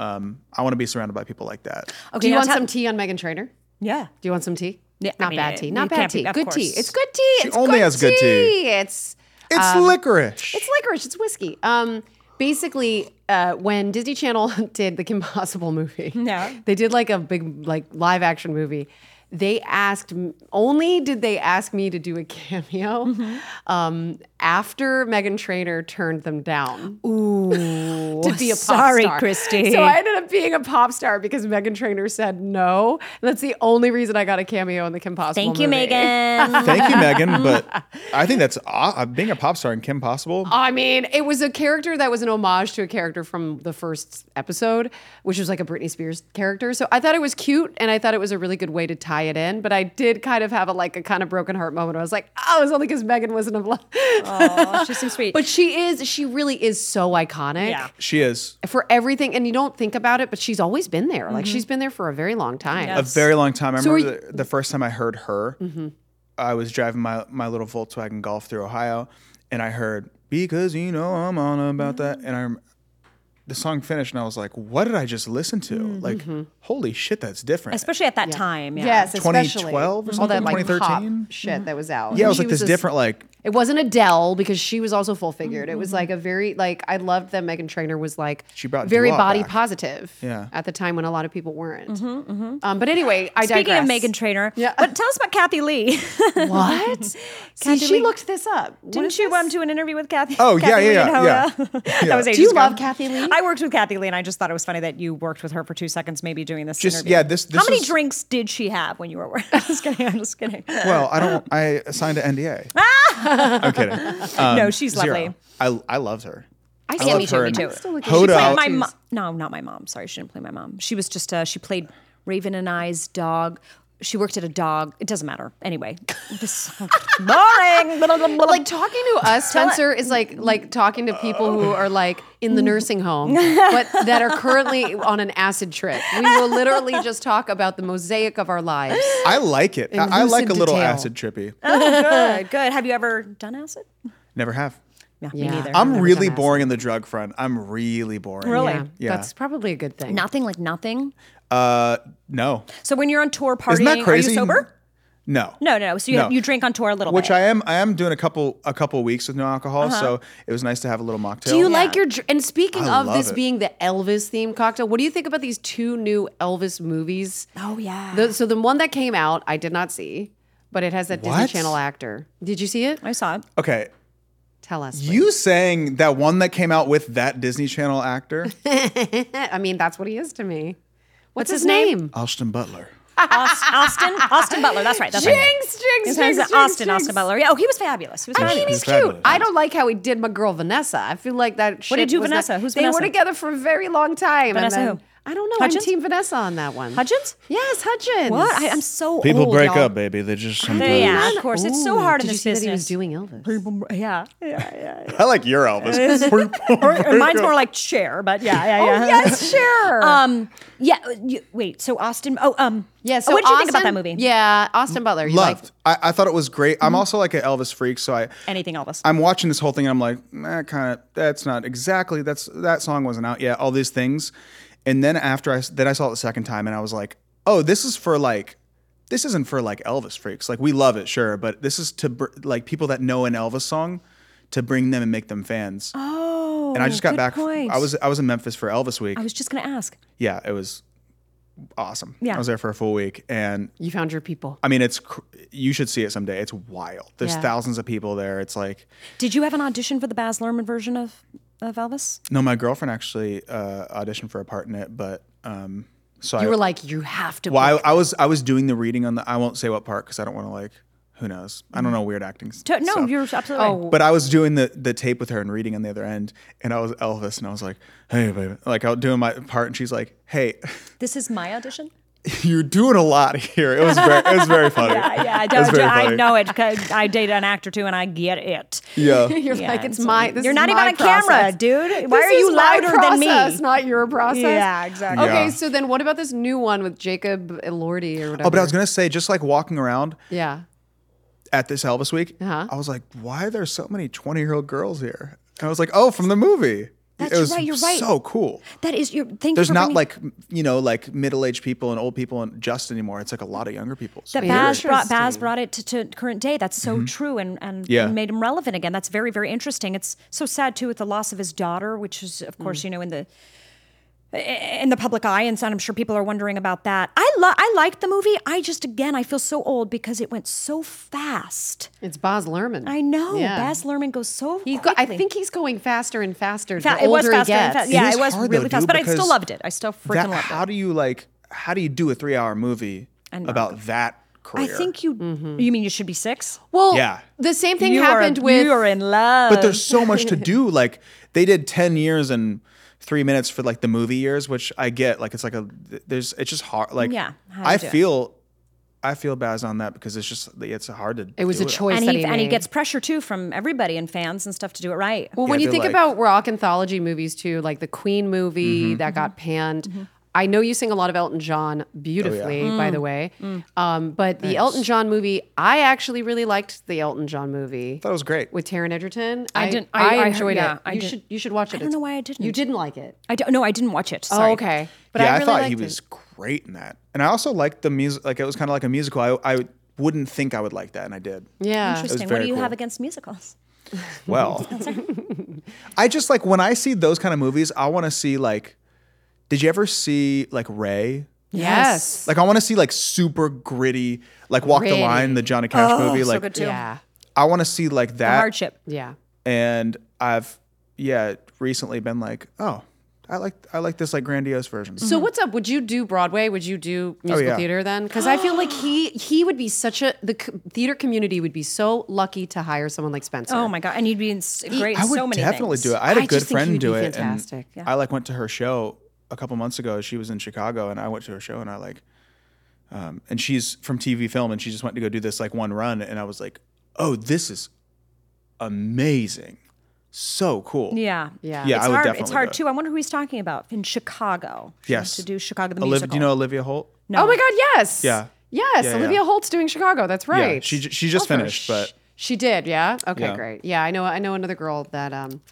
[SPEAKER 6] um, i want to be surrounded by people like that
[SPEAKER 3] okay,
[SPEAKER 4] Do you
[SPEAKER 3] now
[SPEAKER 4] want
[SPEAKER 3] tell-
[SPEAKER 4] some tea on Megan Trainer?
[SPEAKER 3] Yeah.
[SPEAKER 4] Do you want some tea?
[SPEAKER 3] Yeah, I
[SPEAKER 4] not
[SPEAKER 3] mean,
[SPEAKER 4] bad
[SPEAKER 3] it-
[SPEAKER 4] tea.
[SPEAKER 3] it
[SPEAKER 4] Not bad
[SPEAKER 3] can't be-
[SPEAKER 4] tea.
[SPEAKER 3] of
[SPEAKER 4] good tea.
[SPEAKER 3] course.
[SPEAKER 4] It's good tea. it's
[SPEAKER 6] only
[SPEAKER 4] good
[SPEAKER 6] has good tea.
[SPEAKER 4] It's
[SPEAKER 6] it's licorice
[SPEAKER 4] it's licorice. It's whiskey. Um, basically, uh, when Disney Channel did the Kim Possible movie,
[SPEAKER 3] Yeah.
[SPEAKER 4] they did like a big like live action movie. They asked m- only did they ask me to do a cameo
[SPEAKER 3] Mm-hmm.
[SPEAKER 4] um, after Megan Trainor turned them down to be a pop
[SPEAKER 3] sorry,
[SPEAKER 4] star.
[SPEAKER 3] Christy.
[SPEAKER 4] So I ended up being a pop star because Megan Trainor said no. And that's the only reason I got a cameo in the Kim Possible.
[SPEAKER 1] Thank you,
[SPEAKER 4] movie.
[SPEAKER 1] Megan.
[SPEAKER 6] thank you megan but i think that's aw- uh, being a pop star and kim possible
[SPEAKER 4] I mean, it was a character that was an homage to a character from the first episode, which was like a Britney Spears character. So I thought it was cute and I thought it was a really good way to tie it in. But I did kind of have a like a kind of broken heart moment. I was like, oh, it was only because Megan wasn't of love.
[SPEAKER 3] Aw, she seems sweet.
[SPEAKER 4] but she is, she really is so iconic.
[SPEAKER 3] Yeah.
[SPEAKER 6] she is
[SPEAKER 4] For everything, and you don't think about it, but she's always been there. Like she's been there for a very long time.
[SPEAKER 6] a very long time. I
[SPEAKER 4] So
[SPEAKER 6] remember
[SPEAKER 4] are you-
[SPEAKER 6] the, the first time I heard her, I was driving my, my little Volkswagen Golf through Ohio, and I heard because you know I'm on about that, and I'm the song finished, and I was like, what did I just listen to? Like, holy shit, that's different.
[SPEAKER 3] Especially at that time. Yeah.
[SPEAKER 4] Yes, especially
[SPEAKER 6] 2012 or
[SPEAKER 4] all that
[SPEAKER 6] something?
[SPEAKER 4] like
[SPEAKER 6] 2013?
[SPEAKER 4] pop shit that was out.
[SPEAKER 6] yeah, it
[SPEAKER 4] And
[SPEAKER 6] was
[SPEAKER 4] she
[SPEAKER 6] like this
[SPEAKER 4] this-
[SPEAKER 6] different like.
[SPEAKER 4] It wasn't Adele because she was also full figured. It was like a very like I loved that Megan Trainor was like
[SPEAKER 6] Mm-hmm. She brought
[SPEAKER 4] very
[SPEAKER 6] Dua
[SPEAKER 4] body
[SPEAKER 6] back.
[SPEAKER 4] positive.
[SPEAKER 6] Yeah.
[SPEAKER 4] at the time when a lot of people weren't. Um, but anyway, I
[SPEAKER 3] Mm-hmm, Speaking
[SPEAKER 4] digress.
[SPEAKER 3] of Megan Trainer, yeah. but tell us about Kathy Lee.
[SPEAKER 4] what? See, she
[SPEAKER 3] Lee-
[SPEAKER 4] looked this up. What
[SPEAKER 3] Didn't
[SPEAKER 4] is
[SPEAKER 3] you
[SPEAKER 4] this?
[SPEAKER 3] um, do an interview with Kathy?
[SPEAKER 6] Oh, yeah,
[SPEAKER 3] Kathy
[SPEAKER 6] yeah,
[SPEAKER 3] Lee and
[SPEAKER 6] yeah,
[SPEAKER 3] Hoda?
[SPEAKER 6] yeah.
[SPEAKER 3] that was ages
[SPEAKER 4] Do you
[SPEAKER 3] ago.
[SPEAKER 4] love Kathy Lee?
[SPEAKER 3] I worked with Kathy Lee, and I just thought it was funny that you worked with her for two seconds, maybe doing this.
[SPEAKER 6] Just-
[SPEAKER 3] interview.
[SPEAKER 6] yeah, this-
[SPEAKER 3] How
[SPEAKER 6] this
[SPEAKER 3] many
[SPEAKER 6] is-
[SPEAKER 3] drinks did she have when you were working? I'm just kidding. I'm just kidding.
[SPEAKER 6] Well, I don't. I signed an NDA. I'm kidding.
[SPEAKER 3] no, she's
[SPEAKER 6] Um, Zero.
[SPEAKER 3] lovely.
[SPEAKER 6] I I loved her.
[SPEAKER 4] I
[SPEAKER 6] love
[SPEAKER 4] see
[SPEAKER 6] her
[SPEAKER 4] her
[SPEAKER 6] and
[SPEAKER 4] too. Still looking-
[SPEAKER 6] Hoda.
[SPEAKER 4] She played
[SPEAKER 6] out-
[SPEAKER 3] my mom. No, not my mom. Sorry, she didn't play my mom. She was just. Uh, she played Raven and I's dog. She worked at a dog. It doesn't matter. Anyway, this, boring.
[SPEAKER 4] Like talking to us, Spencer is like like talking to people
[SPEAKER 6] Oh.
[SPEAKER 4] who are like in the nursing home, but that are currently on an acid trip. We will literally just talk about the mosaic of our lives.
[SPEAKER 6] I like it. I, I
[SPEAKER 4] lucid
[SPEAKER 6] like a little
[SPEAKER 4] detail.
[SPEAKER 6] acid trippy.
[SPEAKER 3] good, good. Have you ever done acid?
[SPEAKER 6] Never have.
[SPEAKER 3] Yeah,
[SPEAKER 4] Yeah.
[SPEAKER 3] me neither.
[SPEAKER 6] I'm really boring in the drug front. I'm really boring.
[SPEAKER 3] Really?
[SPEAKER 4] Yeah,
[SPEAKER 6] Yeah.
[SPEAKER 4] that's probably a good thing.
[SPEAKER 3] nothing like nothing.
[SPEAKER 6] Uh, no.
[SPEAKER 3] So when you're on tour partying,
[SPEAKER 6] Isn't that crazy?
[SPEAKER 3] are you sober?
[SPEAKER 6] No.
[SPEAKER 3] No, no. So you,
[SPEAKER 6] No.
[SPEAKER 3] you drink on tour a little
[SPEAKER 6] Which
[SPEAKER 3] bit. Uh-huh.
[SPEAKER 6] I am. I am doing a couple a couple weeks with no alcohol, so it was nice to have a little mocktail.
[SPEAKER 4] Do you like your? dr- And speaking
[SPEAKER 6] I
[SPEAKER 4] of
[SPEAKER 6] love
[SPEAKER 4] this
[SPEAKER 6] it.
[SPEAKER 4] being the Elvis themed cocktail, what do you think about these two new Elvis movies?
[SPEAKER 3] oh yeah.
[SPEAKER 4] The- so the one that came out, I did not see, but it has that Disney
[SPEAKER 6] What?
[SPEAKER 4] Channel actor. Did you see it?
[SPEAKER 3] I saw it.
[SPEAKER 6] Okay.
[SPEAKER 4] Tell us.
[SPEAKER 6] You saying that one that came out with that Disney Channel actor,
[SPEAKER 4] please. I mean, that's what he is to me. What's, his, name?
[SPEAKER 6] Alston Butler.
[SPEAKER 3] Aus- Austin, Austin Butler. That's right. That's right.
[SPEAKER 4] Jinx, Jinx,
[SPEAKER 3] His
[SPEAKER 4] Jinx,
[SPEAKER 3] name's
[SPEAKER 4] Jinx,
[SPEAKER 3] Austin,
[SPEAKER 4] Jinx.
[SPEAKER 3] Austin Butler. Yeah. Oh, he was fabulous. He was
[SPEAKER 6] I mean,
[SPEAKER 3] fabulous.
[SPEAKER 6] he's
[SPEAKER 4] He's cute.
[SPEAKER 6] fabulous.
[SPEAKER 4] I don't like how he did my girl Vanessa. I feel like that. Shit
[SPEAKER 3] did you,
[SPEAKER 4] was
[SPEAKER 3] Vanessa?
[SPEAKER 4] Not,
[SPEAKER 3] Who's
[SPEAKER 4] they
[SPEAKER 3] Vanessa?
[SPEAKER 4] were together for a very long time. and
[SPEAKER 3] Vanessa
[SPEAKER 4] then-
[SPEAKER 3] who?
[SPEAKER 4] I don't know.
[SPEAKER 3] Hudgens?
[SPEAKER 4] I'm Team Vanessa on that one.
[SPEAKER 3] Hudgens?
[SPEAKER 4] Yes, Hudgens.
[SPEAKER 3] What? I, I'm so old, y'all.
[SPEAKER 6] baby. They just.
[SPEAKER 3] Yeah, of course. It's so
[SPEAKER 4] Ooh,
[SPEAKER 3] hard
[SPEAKER 4] did
[SPEAKER 3] in
[SPEAKER 4] you
[SPEAKER 3] this
[SPEAKER 4] see
[SPEAKER 3] business.
[SPEAKER 4] That he was doing Elvis.
[SPEAKER 3] yeah, yeah, yeah.
[SPEAKER 6] I like your Elvis.
[SPEAKER 3] Or mine's more like chair, but yeah, yeah, yeah.
[SPEAKER 4] Oh, yes, sure.
[SPEAKER 3] Um, yeah. uh, You, wait. So Austin. Oh, um.
[SPEAKER 4] yeah. So
[SPEAKER 3] what did you think about that
[SPEAKER 4] Austin-
[SPEAKER 3] movie?
[SPEAKER 4] Yeah, Austin Butler. You
[SPEAKER 6] Loved.
[SPEAKER 4] liked-
[SPEAKER 6] I, I thought it was great. I'm also like an Elvis freak, so I
[SPEAKER 3] Anything Elvis?
[SPEAKER 6] I'm watching this whole thing and I'm like, that kind of that's not exactly that's that song wasn't out yet. All these things, and then after I s- then I saw it the second time and I was like, oh, this is for like this isn't for like Elvis freaks. Like we love it, sure, but this is to br- like people that know an Elvis song to bring them and make them fans.
[SPEAKER 3] oh.
[SPEAKER 6] and I just got
[SPEAKER 3] good
[SPEAKER 6] back.
[SPEAKER 3] Point. Um,
[SPEAKER 6] I was I was in Memphis for Elvis week.
[SPEAKER 3] I was just gonna ask.
[SPEAKER 6] yeah, it was awesome.
[SPEAKER 3] Yeah.
[SPEAKER 6] I was there for a full week and
[SPEAKER 4] You found your people.
[SPEAKER 6] I mean, it's cr- you should see it someday. It's wild. There's
[SPEAKER 4] Yeah.
[SPEAKER 6] thousands of people there. It's like
[SPEAKER 3] Did you have an audition for the Baz Luhrmann version of of Elvis?
[SPEAKER 6] No, my girlfriend actually uh, auditioned for a part in it, but um, so I
[SPEAKER 4] You were like, you have to.
[SPEAKER 6] well, I, I was I was doing the reading on the I won't say what part because I don't want to like who knows I don't know weird acting. s-
[SPEAKER 3] To- no,
[SPEAKER 6] stuff.
[SPEAKER 3] you're absolutely right.
[SPEAKER 6] But I was doing the the tape with her and reading on the other end, and I was Elvis, and I was like, "Hey, baby," like I was doing my part, and she's like, "Hey,
[SPEAKER 3] This is my audition.
[SPEAKER 6] you're doing a lot here." It was very it was very funny.
[SPEAKER 3] Yeah, yeah, I,
[SPEAKER 6] It was
[SPEAKER 3] don't,
[SPEAKER 6] very
[SPEAKER 3] I
[SPEAKER 6] funny.
[SPEAKER 3] know it 'cause I dated an actor too, and I get it.
[SPEAKER 6] Yeah,
[SPEAKER 4] You're
[SPEAKER 3] Yeah,
[SPEAKER 4] like, it's
[SPEAKER 3] it's
[SPEAKER 4] my.
[SPEAKER 3] like-
[SPEAKER 4] This
[SPEAKER 3] You're
[SPEAKER 4] is
[SPEAKER 3] not even
[SPEAKER 4] my
[SPEAKER 3] on camera,
[SPEAKER 4] process.
[SPEAKER 3] dude. Why
[SPEAKER 4] This
[SPEAKER 3] are you
[SPEAKER 4] is my
[SPEAKER 3] louder than me?
[SPEAKER 4] process, Not your process.
[SPEAKER 3] Yeah, exactly.
[SPEAKER 4] Okay,
[SPEAKER 6] Yeah.
[SPEAKER 4] so then what about this new one with Jacob Elordi or whatever?
[SPEAKER 6] Oh, but I was gonna say, just like walking around
[SPEAKER 4] yeah.
[SPEAKER 6] at this Elvis week,
[SPEAKER 4] Uh-huh.
[SPEAKER 6] I was like, "Why are there so many 20 year old girls here?" And I was like, "Oh, from the movie."
[SPEAKER 3] That's
[SPEAKER 6] it was
[SPEAKER 3] right, you're right.
[SPEAKER 6] So cool.
[SPEAKER 3] That is your. Thank you
[SPEAKER 6] There's
[SPEAKER 3] for
[SPEAKER 6] not
[SPEAKER 3] bringing-
[SPEAKER 6] like you know like middle aged people and old people and just anymore. It's like a lot of younger people. So
[SPEAKER 3] that Baz
[SPEAKER 4] Interesting.
[SPEAKER 3] brought Baz brought it to, to current day. That's so true, and and
[SPEAKER 6] Yeah.
[SPEAKER 3] and made him relevant again. That's very very interesting. It's so sad too with the loss of his daughter, which is of course you know in the in the public eye, and so I'm sure people are wondering about that. I lo- I liked the movie. I just again I feel so old because it went so fast.
[SPEAKER 4] It's Boz Lerman.
[SPEAKER 3] I know
[SPEAKER 4] Yeah.
[SPEAKER 3] Baz Luhrmann goes so.
[SPEAKER 4] He's go- I
[SPEAKER 3] quickly.
[SPEAKER 4] think he's going faster and faster.
[SPEAKER 3] Fa-
[SPEAKER 4] the
[SPEAKER 3] it was
[SPEAKER 4] older he
[SPEAKER 3] faster. And
[SPEAKER 4] gets.
[SPEAKER 3] fa- yeah,
[SPEAKER 6] is
[SPEAKER 3] it was
[SPEAKER 6] hard,
[SPEAKER 3] really
[SPEAKER 6] though,
[SPEAKER 3] fast,
[SPEAKER 6] dude,
[SPEAKER 3] but I still
[SPEAKER 6] because
[SPEAKER 3] loved it. I still freaking
[SPEAKER 6] that,
[SPEAKER 3] loved it.
[SPEAKER 6] how do you like? How do you do a three hour movie about that career?
[SPEAKER 3] I think you. You mean you should be six?
[SPEAKER 4] Well,
[SPEAKER 6] Mm-hmm. Yeah.
[SPEAKER 4] the same thing
[SPEAKER 3] you
[SPEAKER 4] happened
[SPEAKER 3] are,
[SPEAKER 4] with.
[SPEAKER 3] you are in love.
[SPEAKER 6] but there's so much to do. Like they did ten years and three minutes for like the movie years, which I get. Like it's like a there's it's just hard. Like
[SPEAKER 3] Yeah, how to
[SPEAKER 6] I
[SPEAKER 3] do it.
[SPEAKER 6] feel. I feel Baz on that because it's just it's hard to.
[SPEAKER 4] it was
[SPEAKER 6] do
[SPEAKER 4] a choice
[SPEAKER 3] and
[SPEAKER 4] that
[SPEAKER 3] he,
[SPEAKER 4] he
[SPEAKER 3] and he
[SPEAKER 4] made.
[SPEAKER 3] gets pressure too from everybody and fans and stuff to do it right.
[SPEAKER 4] Well, when
[SPEAKER 6] Yeah,
[SPEAKER 4] you
[SPEAKER 6] they're
[SPEAKER 4] think
[SPEAKER 6] like-
[SPEAKER 4] about rock anthology movies too, like the Queen movie
[SPEAKER 6] Mm-hmm.
[SPEAKER 4] that
[SPEAKER 3] Mm-hmm.
[SPEAKER 4] got panned. I know you sing a lot of Elton John beautifully,
[SPEAKER 6] Oh,
[SPEAKER 3] Mm.
[SPEAKER 4] by the way. Um, but the Elton John movie, I actually really liked the Elton John movie
[SPEAKER 6] I thought it was great.
[SPEAKER 4] with Taron Egerton.
[SPEAKER 3] I didn't- I- I heard-
[SPEAKER 4] enjoyed
[SPEAKER 3] yeah,
[SPEAKER 4] it.
[SPEAKER 3] I
[SPEAKER 4] you
[SPEAKER 3] did-
[SPEAKER 4] should you should watch it.
[SPEAKER 3] I don't know why I didn't.
[SPEAKER 4] You didn't like it.
[SPEAKER 3] I don't. No, I didn't watch it. Sorry.
[SPEAKER 4] Oh, okay. But
[SPEAKER 6] yeah,
[SPEAKER 4] I
[SPEAKER 6] I,
[SPEAKER 4] really
[SPEAKER 6] thought
[SPEAKER 4] liked
[SPEAKER 6] he
[SPEAKER 4] it.
[SPEAKER 6] was great in that, and I also liked the music. Like it was kind of like a musical. I, I wouldn't think I would like that, and I did.
[SPEAKER 4] Yeah.
[SPEAKER 3] Interesting. What
[SPEAKER 6] very
[SPEAKER 3] do you
[SPEAKER 6] cool.
[SPEAKER 3] have against musicals?
[SPEAKER 6] Well, I just like when I see those kind of movies, I want to see like, did you ever see like Ray?
[SPEAKER 4] Yes.
[SPEAKER 6] Like I want to see like super gritty, like Walk
[SPEAKER 4] Gritty.
[SPEAKER 6] the Line, the Johnny Cash
[SPEAKER 4] Oh,
[SPEAKER 6] movie. Like
[SPEAKER 3] good too.
[SPEAKER 4] Yeah.
[SPEAKER 6] I want to see like that.
[SPEAKER 3] Hardship.
[SPEAKER 4] Yeah.
[SPEAKER 6] And I've yeah recently been like, oh, I like I like this like grandiose version.
[SPEAKER 4] So what's up? Would you do Broadway? Would you do musical
[SPEAKER 6] Oh, yeah.
[SPEAKER 4] theater then? Because I feel like he he would be such a the c- theater community would be so lucky to hire someone like Spencer.
[SPEAKER 3] Oh my god! And you'd be in s- great.
[SPEAKER 6] I would
[SPEAKER 3] so many
[SPEAKER 6] definitely
[SPEAKER 3] things.
[SPEAKER 6] do it. I had a
[SPEAKER 4] I
[SPEAKER 6] good
[SPEAKER 4] just think
[SPEAKER 6] friend
[SPEAKER 4] he'd
[SPEAKER 6] do
[SPEAKER 4] be
[SPEAKER 6] it. and
[SPEAKER 4] fantastic. Yeah.
[SPEAKER 6] I like went to her show a couple months ago. She was in Chicago, and I went to her show, and I like, um, and she's from TV film, and she just went to go do this like one run, and I was like, oh, this is amazing, so cool.
[SPEAKER 3] Yeah.
[SPEAKER 4] Yeah.
[SPEAKER 6] yeah.
[SPEAKER 3] It's
[SPEAKER 6] I would
[SPEAKER 3] hard.
[SPEAKER 6] definitely.
[SPEAKER 3] It's hard
[SPEAKER 6] do
[SPEAKER 3] too. I wonder who he's talking about in Chicago. She wants
[SPEAKER 6] Yes.
[SPEAKER 3] To do Chicago the
[SPEAKER 6] it. Olivia,
[SPEAKER 3] musical.
[SPEAKER 6] do you know Olivia Holt?
[SPEAKER 3] No.
[SPEAKER 4] Oh my God! Yes.
[SPEAKER 6] Yeah.
[SPEAKER 4] Yes.
[SPEAKER 6] Yeah,
[SPEAKER 4] Olivia
[SPEAKER 6] yeah.
[SPEAKER 4] Holt's doing Chicago. That's right.
[SPEAKER 6] Yeah, she ju- she just
[SPEAKER 4] Love her.
[SPEAKER 6] finished, but
[SPEAKER 4] Sh- she did. Yeah. Okay.
[SPEAKER 6] Yeah.
[SPEAKER 4] Great. Yeah. I know. I know another girl that um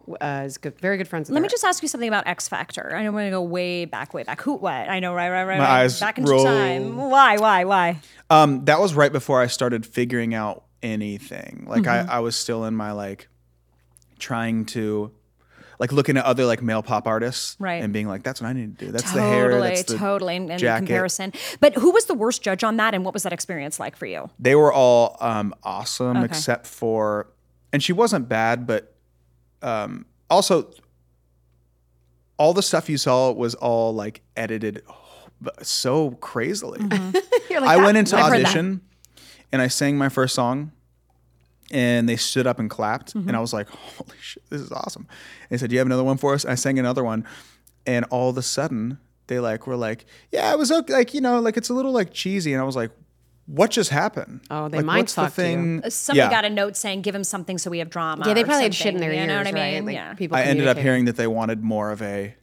[SPEAKER 4] w- uh, is good, very good friends. With
[SPEAKER 3] Let
[SPEAKER 4] her.
[SPEAKER 3] me just ask you something about X Factor. I know we're gonna go way back, way back. Who? What? I know. Right. Right. Right.
[SPEAKER 6] My
[SPEAKER 3] right.
[SPEAKER 6] eyes
[SPEAKER 3] back into
[SPEAKER 6] roll.
[SPEAKER 3] time. Why? Why? Why?
[SPEAKER 6] Um, that was right before I started figuring out anything. Like
[SPEAKER 3] Mm-hmm.
[SPEAKER 6] I, I was still in my like trying to like looking at other like male pop artists
[SPEAKER 3] Right.
[SPEAKER 6] and being like, that's what I need to do. That's
[SPEAKER 3] totally.
[SPEAKER 6] the hair. That's the
[SPEAKER 3] totally. And, and the
[SPEAKER 6] jacket.
[SPEAKER 3] comparison. But who was the worst judge on that? And what was that experience like for you?
[SPEAKER 6] They were all um awesome
[SPEAKER 3] Okay.
[SPEAKER 6] except for and she wasn't bad, but um also all the stuff you saw was all like edited so crazily.
[SPEAKER 4] You're like,
[SPEAKER 6] I
[SPEAKER 4] "That-
[SPEAKER 6] went into
[SPEAKER 4] I've heard that."
[SPEAKER 6] audition and I sang my first song and they stood up and clapped
[SPEAKER 4] Mm-hmm.
[SPEAKER 6] and I was like, holy shit, this is awesome. And they said, do you have another one for us? And I sang another one and all of a sudden they like were like, yeah, it was okay. like, you know, like it's a little like cheesy. And I was like, what just happened?
[SPEAKER 4] Oh, they
[SPEAKER 6] like,
[SPEAKER 4] mind
[SPEAKER 6] what's the
[SPEAKER 4] fucked you.
[SPEAKER 6] thing?
[SPEAKER 3] Uh, Somebody
[SPEAKER 6] Yeah.
[SPEAKER 3] got a note saying, "Give him something so we have drama."
[SPEAKER 4] Yeah, they
[SPEAKER 3] or
[SPEAKER 4] probably had shit in
[SPEAKER 3] something.
[SPEAKER 4] their ears.
[SPEAKER 3] You know what I mean?
[SPEAKER 4] Right? Like,
[SPEAKER 3] yeah.
[SPEAKER 4] People
[SPEAKER 6] I ended up
[SPEAKER 4] communicating.
[SPEAKER 6] hearing that they wanted more of a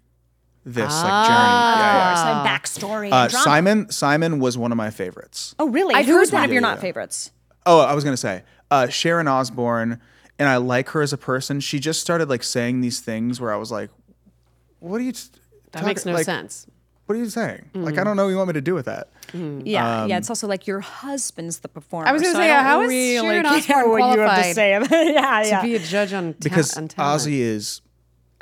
[SPEAKER 6] this like
[SPEAKER 4] Ah.
[SPEAKER 6] journey. Yeah, yeah.
[SPEAKER 3] So backstory. and
[SPEAKER 6] Uh,
[SPEAKER 3] drama.
[SPEAKER 6] Simon Simon was one of my favorites.
[SPEAKER 3] Oh, really?
[SPEAKER 4] I've
[SPEAKER 3] Who's
[SPEAKER 4] heard
[SPEAKER 3] one
[SPEAKER 4] that.
[SPEAKER 3] of your
[SPEAKER 6] Yeah,
[SPEAKER 3] not
[SPEAKER 6] yeah.
[SPEAKER 3] favorites?
[SPEAKER 6] Oh, I was gonna say uh, Sharon Osbourne, and I like her as a person. She just started like saying these things where I was like, "What are you?" T-
[SPEAKER 4] That makes no
[SPEAKER 6] like,
[SPEAKER 4] sense. Mm.
[SPEAKER 6] What are you saying? Like, I don't know what you want me to do with that.
[SPEAKER 3] Yeah, yeah. It's also like your husband's the performer.
[SPEAKER 4] I was gonna
[SPEAKER 3] so
[SPEAKER 4] say,
[SPEAKER 3] don't
[SPEAKER 4] how is
[SPEAKER 3] really
[SPEAKER 4] Sharon
[SPEAKER 3] care
[SPEAKER 4] Osbourne
[SPEAKER 3] what you have to
[SPEAKER 4] qualified
[SPEAKER 3] say. about- yeah,
[SPEAKER 4] To
[SPEAKER 3] yeah.
[SPEAKER 4] be a judge on ta-
[SPEAKER 6] Because
[SPEAKER 4] on talent.
[SPEAKER 6] Ozzy is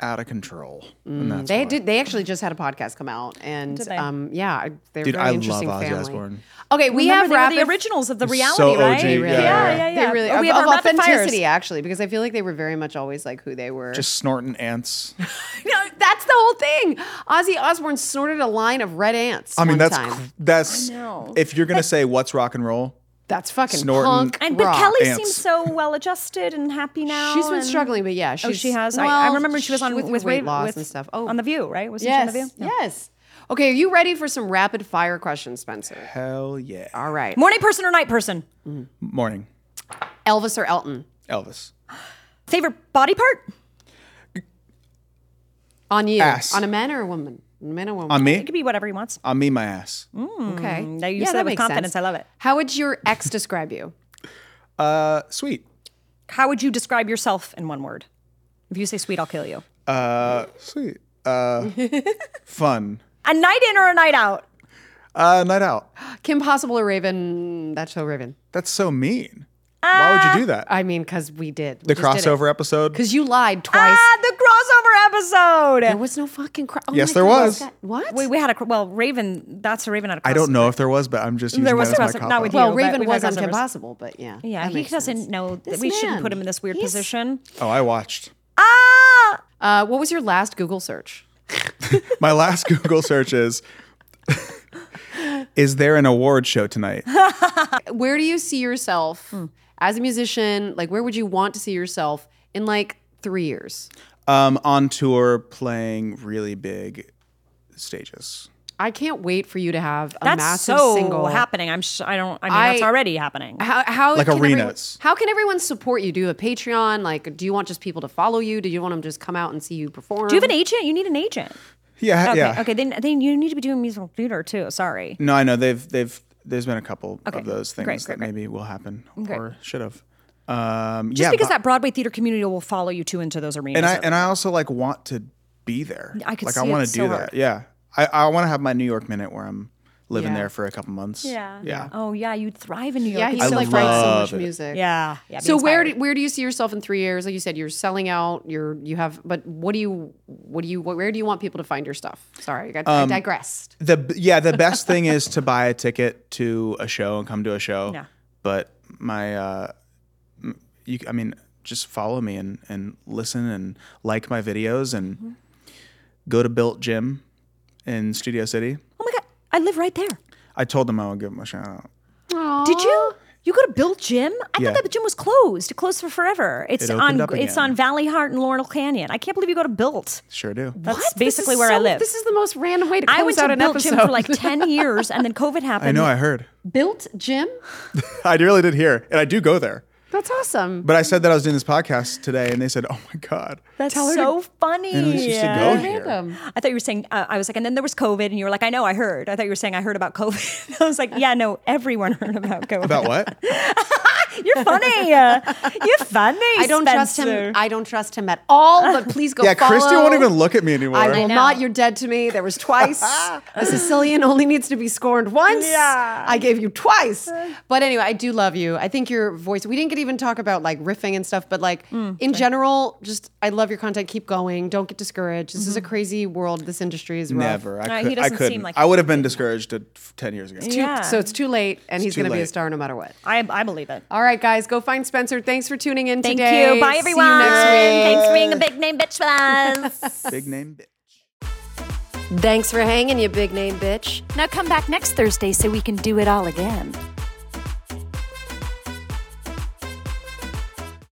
[SPEAKER 6] out of control. and that's
[SPEAKER 4] Mm. They
[SPEAKER 6] why.
[SPEAKER 4] did. They actually just had a podcast come out, and
[SPEAKER 3] Did they?
[SPEAKER 4] um, yeah, they're
[SPEAKER 6] Dude,
[SPEAKER 4] very
[SPEAKER 6] I
[SPEAKER 4] interesting
[SPEAKER 6] love Ozzy
[SPEAKER 4] family.
[SPEAKER 6] Osbourne.
[SPEAKER 4] Okay, we
[SPEAKER 3] Remember,
[SPEAKER 4] have
[SPEAKER 3] they
[SPEAKER 4] rapid
[SPEAKER 3] were the originals of the reality,
[SPEAKER 6] So OG,
[SPEAKER 3] right?
[SPEAKER 6] yeah,
[SPEAKER 4] They
[SPEAKER 6] yeah,
[SPEAKER 4] really
[SPEAKER 6] yeah.
[SPEAKER 4] are.
[SPEAKER 3] yeah, yeah.
[SPEAKER 4] They really
[SPEAKER 3] Or
[SPEAKER 4] are.
[SPEAKER 3] we
[SPEAKER 4] of,
[SPEAKER 3] have our
[SPEAKER 4] of
[SPEAKER 3] rapid fires.
[SPEAKER 4] authenticity actually, because I feel like they were very much always like who they were.
[SPEAKER 6] Just snorting ants.
[SPEAKER 4] no, that's the whole thing. Ozzy Osbourne snorted a line of red ants.
[SPEAKER 6] I mean,
[SPEAKER 4] one
[SPEAKER 6] that's
[SPEAKER 4] time.
[SPEAKER 6] cr- that's
[SPEAKER 3] know.
[SPEAKER 6] if you're gonna say what's rock and roll,
[SPEAKER 4] that's fucking
[SPEAKER 6] snorting-
[SPEAKER 4] punk
[SPEAKER 3] And but
[SPEAKER 4] rock.
[SPEAKER 3] Kelly
[SPEAKER 6] ants.
[SPEAKER 3] seems so well adjusted and happy now.
[SPEAKER 4] She's been
[SPEAKER 3] and-
[SPEAKER 4] struggling, but yeah, she's,
[SPEAKER 3] oh, she has. I, I
[SPEAKER 4] well,
[SPEAKER 3] remember she was on with,
[SPEAKER 4] her
[SPEAKER 3] Raven-
[SPEAKER 4] weight loss
[SPEAKER 3] with-
[SPEAKER 4] and stuff. Oh,
[SPEAKER 3] on the View, right? Wasn't
[SPEAKER 4] yes,
[SPEAKER 3] she on the View?
[SPEAKER 4] yes. Okay, are you ready for some rapid fire questions, Spencer?
[SPEAKER 6] hell yeah.
[SPEAKER 4] All right,
[SPEAKER 3] Morning person or night person?
[SPEAKER 6] Morning,
[SPEAKER 4] Elvis or Elton
[SPEAKER 6] Elvis.
[SPEAKER 3] Favorite body part?
[SPEAKER 4] on you,
[SPEAKER 6] Ass.
[SPEAKER 4] on a man or a woman, man or woman.
[SPEAKER 6] On
[SPEAKER 3] It
[SPEAKER 6] me,
[SPEAKER 3] could be whatever he wants.
[SPEAKER 6] on me, my ass.
[SPEAKER 4] okay,
[SPEAKER 3] Now you said that with
[SPEAKER 4] makes
[SPEAKER 3] confidence.
[SPEAKER 4] sense.
[SPEAKER 3] I love it.
[SPEAKER 4] How would your ex describe you?
[SPEAKER 6] Uh, sweet.
[SPEAKER 3] How would you describe yourself in one word? If you say sweet, I'll kill you.
[SPEAKER 6] Uh, sweet. Uh, fun.
[SPEAKER 3] A night in or a night out?
[SPEAKER 6] Uh, night out.
[SPEAKER 4] Kim Possible or Raven? That's so Raven.
[SPEAKER 6] That's so mean. Why would you do
[SPEAKER 3] Ah.
[SPEAKER 6] that?
[SPEAKER 4] I mean, because we did
[SPEAKER 6] the crossover episode.
[SPEAKER 4] Because you lied twice.
[SPEAKER 3] Ah, the crossover
[SPEAKER 4] there
[SPEAKER 3] episode.
[SPEAKER 4] was no fucking. Cro- oh
[SPEAKER 6] Yes,
[SPEAKER 4] my
[SPEAKER 6] there
[SPEAKER 4] God,
[SPEAKER 6] was.
[SPEAKER 4] that- What?
[SPEAKER 3] We, we had a cro- well, Raven. That's a Raven. Had a
[SPEAKER 6] I don't
[SPEAKER 3] crossover.
[SPEAKER 6] know if there was, but I'm just using
[SPEAKER 3] There
[SPEAKER 6] that
[SPEAKER 3] was
[SPEAKER 6] as
[SPEAKER 3] a
[SPEAKER 6] my
[SPEAKER 3] crossover-
[SPEAKER 6] cop
[SPEAKER 3] not with
[SPEAKER 6] out.
[SPEAKER 4] well,
[SPEAKER 3] you, but
[SPEAKER 4] Raven
[SPEAKER 3] we've
[SPEAKER 4] was
[SPEAKER 3] had
[SPEAKER 4] on
[SPEAKER 3] crossovers.
[SPEAKER 4] Kim Possible, but yeah.
[SPEAKER 3] Yeah,
[SPEAKER 4] that
[SPEAKER 3] he
[SPEAKER 4] makes
[SPEAKER 3] doesn't
[SPEAKER 4] sense.
[SPEAKER 3] know that
[SPEAKER 4] This
[SPEAKER 3] we shouldn't put
[SPEAKER 4] man.
[SPEAKER 3] him in this weird
[SPEAKER 4] He's-
[SPEAKER 3] position.
[SPEAKER 6] Oh, I watched.
[SPEAKER 3] Ah,
[SPEAKER 4] Uh, what was your last Google search?
[SPEAKER 6] My last Google search is: Is there an award show tonight?
[SPEAKER 4] Where do you see yourself
[SPEAKER 3] Hmm.
[SPEAKER 4] as a musician? Like, where would you want to see yourself in like three years?
[SPEAKER 6] Um, on tour, playing really big stages.
[SPEAKER 4] I can't wait for you to have a
[SPEAKER 3] that's
[SPEAKER 4] massive
[SPEAKER 3] so
[SPEAKER 4] single.
[SPEAKER 3] happening. I'm. Sh- I don't. I mean, that's
[SPEAKER 4] I-
[SPEAKER 3] already happening.
[SPEAKER 4] How, how
[SPEAKER 6] Like
[SPEAKER 4] can everyone-
[SPEAKER 6] arenas.
[SPEAKER 4] how can everyone support you? Do you have a Patreon? Like, do you want just people to follow you? Do you want them to just come out and see you perform?
[SPEAKER 3] Do you have an agent? You need an agent.
[SPEAKER 6] Yeah,
[SPEAKER 3] Okay.
[SPEAKER 6] yeah.
[SPEAKER 3] Okay. Then, then you need to be doing musical theater too. Sorry.
[SPEAKER 6] No, I know they've they've there's been a couple of those things
[SPEAKER 3] Great,
[SPEAKER 6] that
[SPEAKER 3] great, great.
[SPEAKER 6] maybe will happen
[SPEAKER 3] Great.
[SPEAKER 6] or should have. Um,
[SPEAKER 3] Just
[SPEAKER 6] yeah,
[SPEAKER 3] because
[SPEAKER 6] but-
[SPEAKER 3] that Broadway theater community will follow you too into those arenas.
[SPEAKER 6] and I and I also like want to be there.
[SPEAKER 3] I could
[SPEAKER 6] like I
[SPEAKER 3] see it
[SPEAKER 6] wanna
[SPEAKER 3] so
[SPEAKER 6] do
[SPEAKER 3] hard.
[SPEAKER 6] that. Yeah, I I want to have my New York minute where I'm living
[SPEAKER 4] Yeah.
[SPEAKER 6] there for a couple months.
[SPEAKER 3] yeah.
[SPEAKER 6] yeah.
[SPEAKER 3] Oh yeah, you'd thrive in New York.
[SPEAKER 4] yeah,
[SPEAKER 3] It's
[SPEAKER 4] he's
[SPEAKER 6] I
[SPEAKER 3] so
[SPEAKER 4] like
[SPEAKER 3] fun.
[SPEAKER 4] writes so much
[SPEAKER 6] love it.
[SPEAKER 4] music.
[SPEAKER 3] Yeah. yeah be
[SPEAKER 4] So where
[SPEAKER 3] inspired.
[SPEAKER 4] do, where do you see yourself in three years? Like you said, you're selling out. You're you have, but what do you what do you where do you want people to find your stuff? Sorry, I, got,
[SPEAKER 6] Um,
[SPEAKER 4] I digressed.
[SPEAKER 6] The b- yeah, the best thing is to buy a ticket to a show and come to a show.
[SPEAKER 3] Yeah.
[SPEAKER 6] But my uh m- you I mean, just follow me and and listen and like my videos and
[SPEAKER 3] Mm-hmm.
[SPEAKER 6] go to Built Gym in Studio City.
[SPEAKER 3] Oh my god, I live right there.
[SPEAKER 6] I told them I would give them a shout out.
[SPEAKER 3] Did you? You go to Bill Gym? I
[SPEAKER 6] Yeah.
[SPEAKER 3] thought that gym was closed. It closed for forever. It's
[SPEAKER 6] It
[SPEAKER 3] on
[SPEAKER 6] opened up
[SPEAKER 3] it's
[SPEAKER 6] again.
[SPEAKER 3] on Valley Heart and Laurel Canyon. I can't believe you go to Built.
[SPEAKER 6] Sure do.
[SPEAKER 3] That's
[SPEAKER 4] What? This
[SPEAKER 3] basically
[SPEAKER 4] is
[SPEAKER 3] where I
[SPEAKER 4] so-
[SPEAKER 3] live.
[SPEAKER 4] This is the most random way to close
[SPEAKER 3] I went
[SPEAKER 4] out
[SPEAKER 3] to
[SPEAKER 4] an
[SPEAKER 3] Built
[SPEAKER 4] episode.
[SPEAKER 3] Gym for like ten years, and then COVID happened.
[SPEAKER 6] I know I heard.
[SPEAKER 4] built gym.
[SPEAKER 6] I really did hear. And I do go there.
[SPEAKER 4] That's awesome.
[SPEAKER 6] But I said that I was doing this podcast today and they said, "Oh my god."
[SPEAKER 3] That's
[SPEAKER 4] Tell her
[SPEAKER 3] so
[SPEAKER 6] And we
[SPEAKER 3] funny.
[SPEAKER 6] used to go
[SPEAKER 4] Very
[SPEAKER 6] here.
[SPEAKER 4] random.
[SPEAKER 3] I thought you were saying uh, I was like, and then there was COVID, and you were like, I know, I heard. I thought you were saying I heard about COVID. I was like, yeah, no, everyone heard about COVID.
[SPEAKER 6] About what?
[SPEAKER 3] You're funny. Uh, You're funny.
[SPEAKER 4] I don't trust
[SPEAKER 3] Spencer.
[SPEAKER 4] him. I don't trust him at all. But please go.
[SPEAKER 6] yeah,
[SPEAKER 4] follow.
[SPEAKER 6] Christy won't even look at me anymore.
[SPEAKER 4] I will not. You're dead to me. There was twice. a Sicilian only needs to be scorned once.
[SPEAKER 3] Yeah.
[SPEAKER 4] I gave you twice. But anyway, I do love you. I think your voice. We didn't get even talk about like riffing and stuff, but like
[SPEAKER 3] Mm,
[SPEAKER 4] in general, just I love your content. Keep going. Don't get discouraged. This is
[SPEAKER 3] Mm-hmm.
[SPEAKER 4] a crazy world. This industry is rough.
[SPEAKER 6] Never. I,
[SPEAKER 3] No, he
[SPEAKER 6] could, I
[SPEAKER 3] doesn't seem
[SPEAKER 6] couldn't.
[SPEAKER 3] like
[SPEAKER 6] I would have been discouraged at f- 10 years ago.
[SPEAKER 3] Yeah.
[SPEAKER 4] So it's too late, and he's
[SPEAKER 6] too
[SPEAKER 4] going to be a
[SPEAKER 6] late.
[SPEAKER 4] star no matter what.
[SPEAKER 3] I, I believe it.
[SPEAKER 4] All right, guys, go find Spencer. Thanks for tuning in
[SPEAKER 3] Thank
[SPEAKER 4] today.
[SPEAKER 3] you. Bye, everyone.
[SPEAKER 4] See you next week.
[SPEAKER 3] Thanks for being a big name bitch with us.
[SPEAKER 6] Big name bitch.
[SPEAKER 4] Thanks for hanging, you big name bitch.
[SPEAKER 1] Now come back next Thursday so we can do it all again.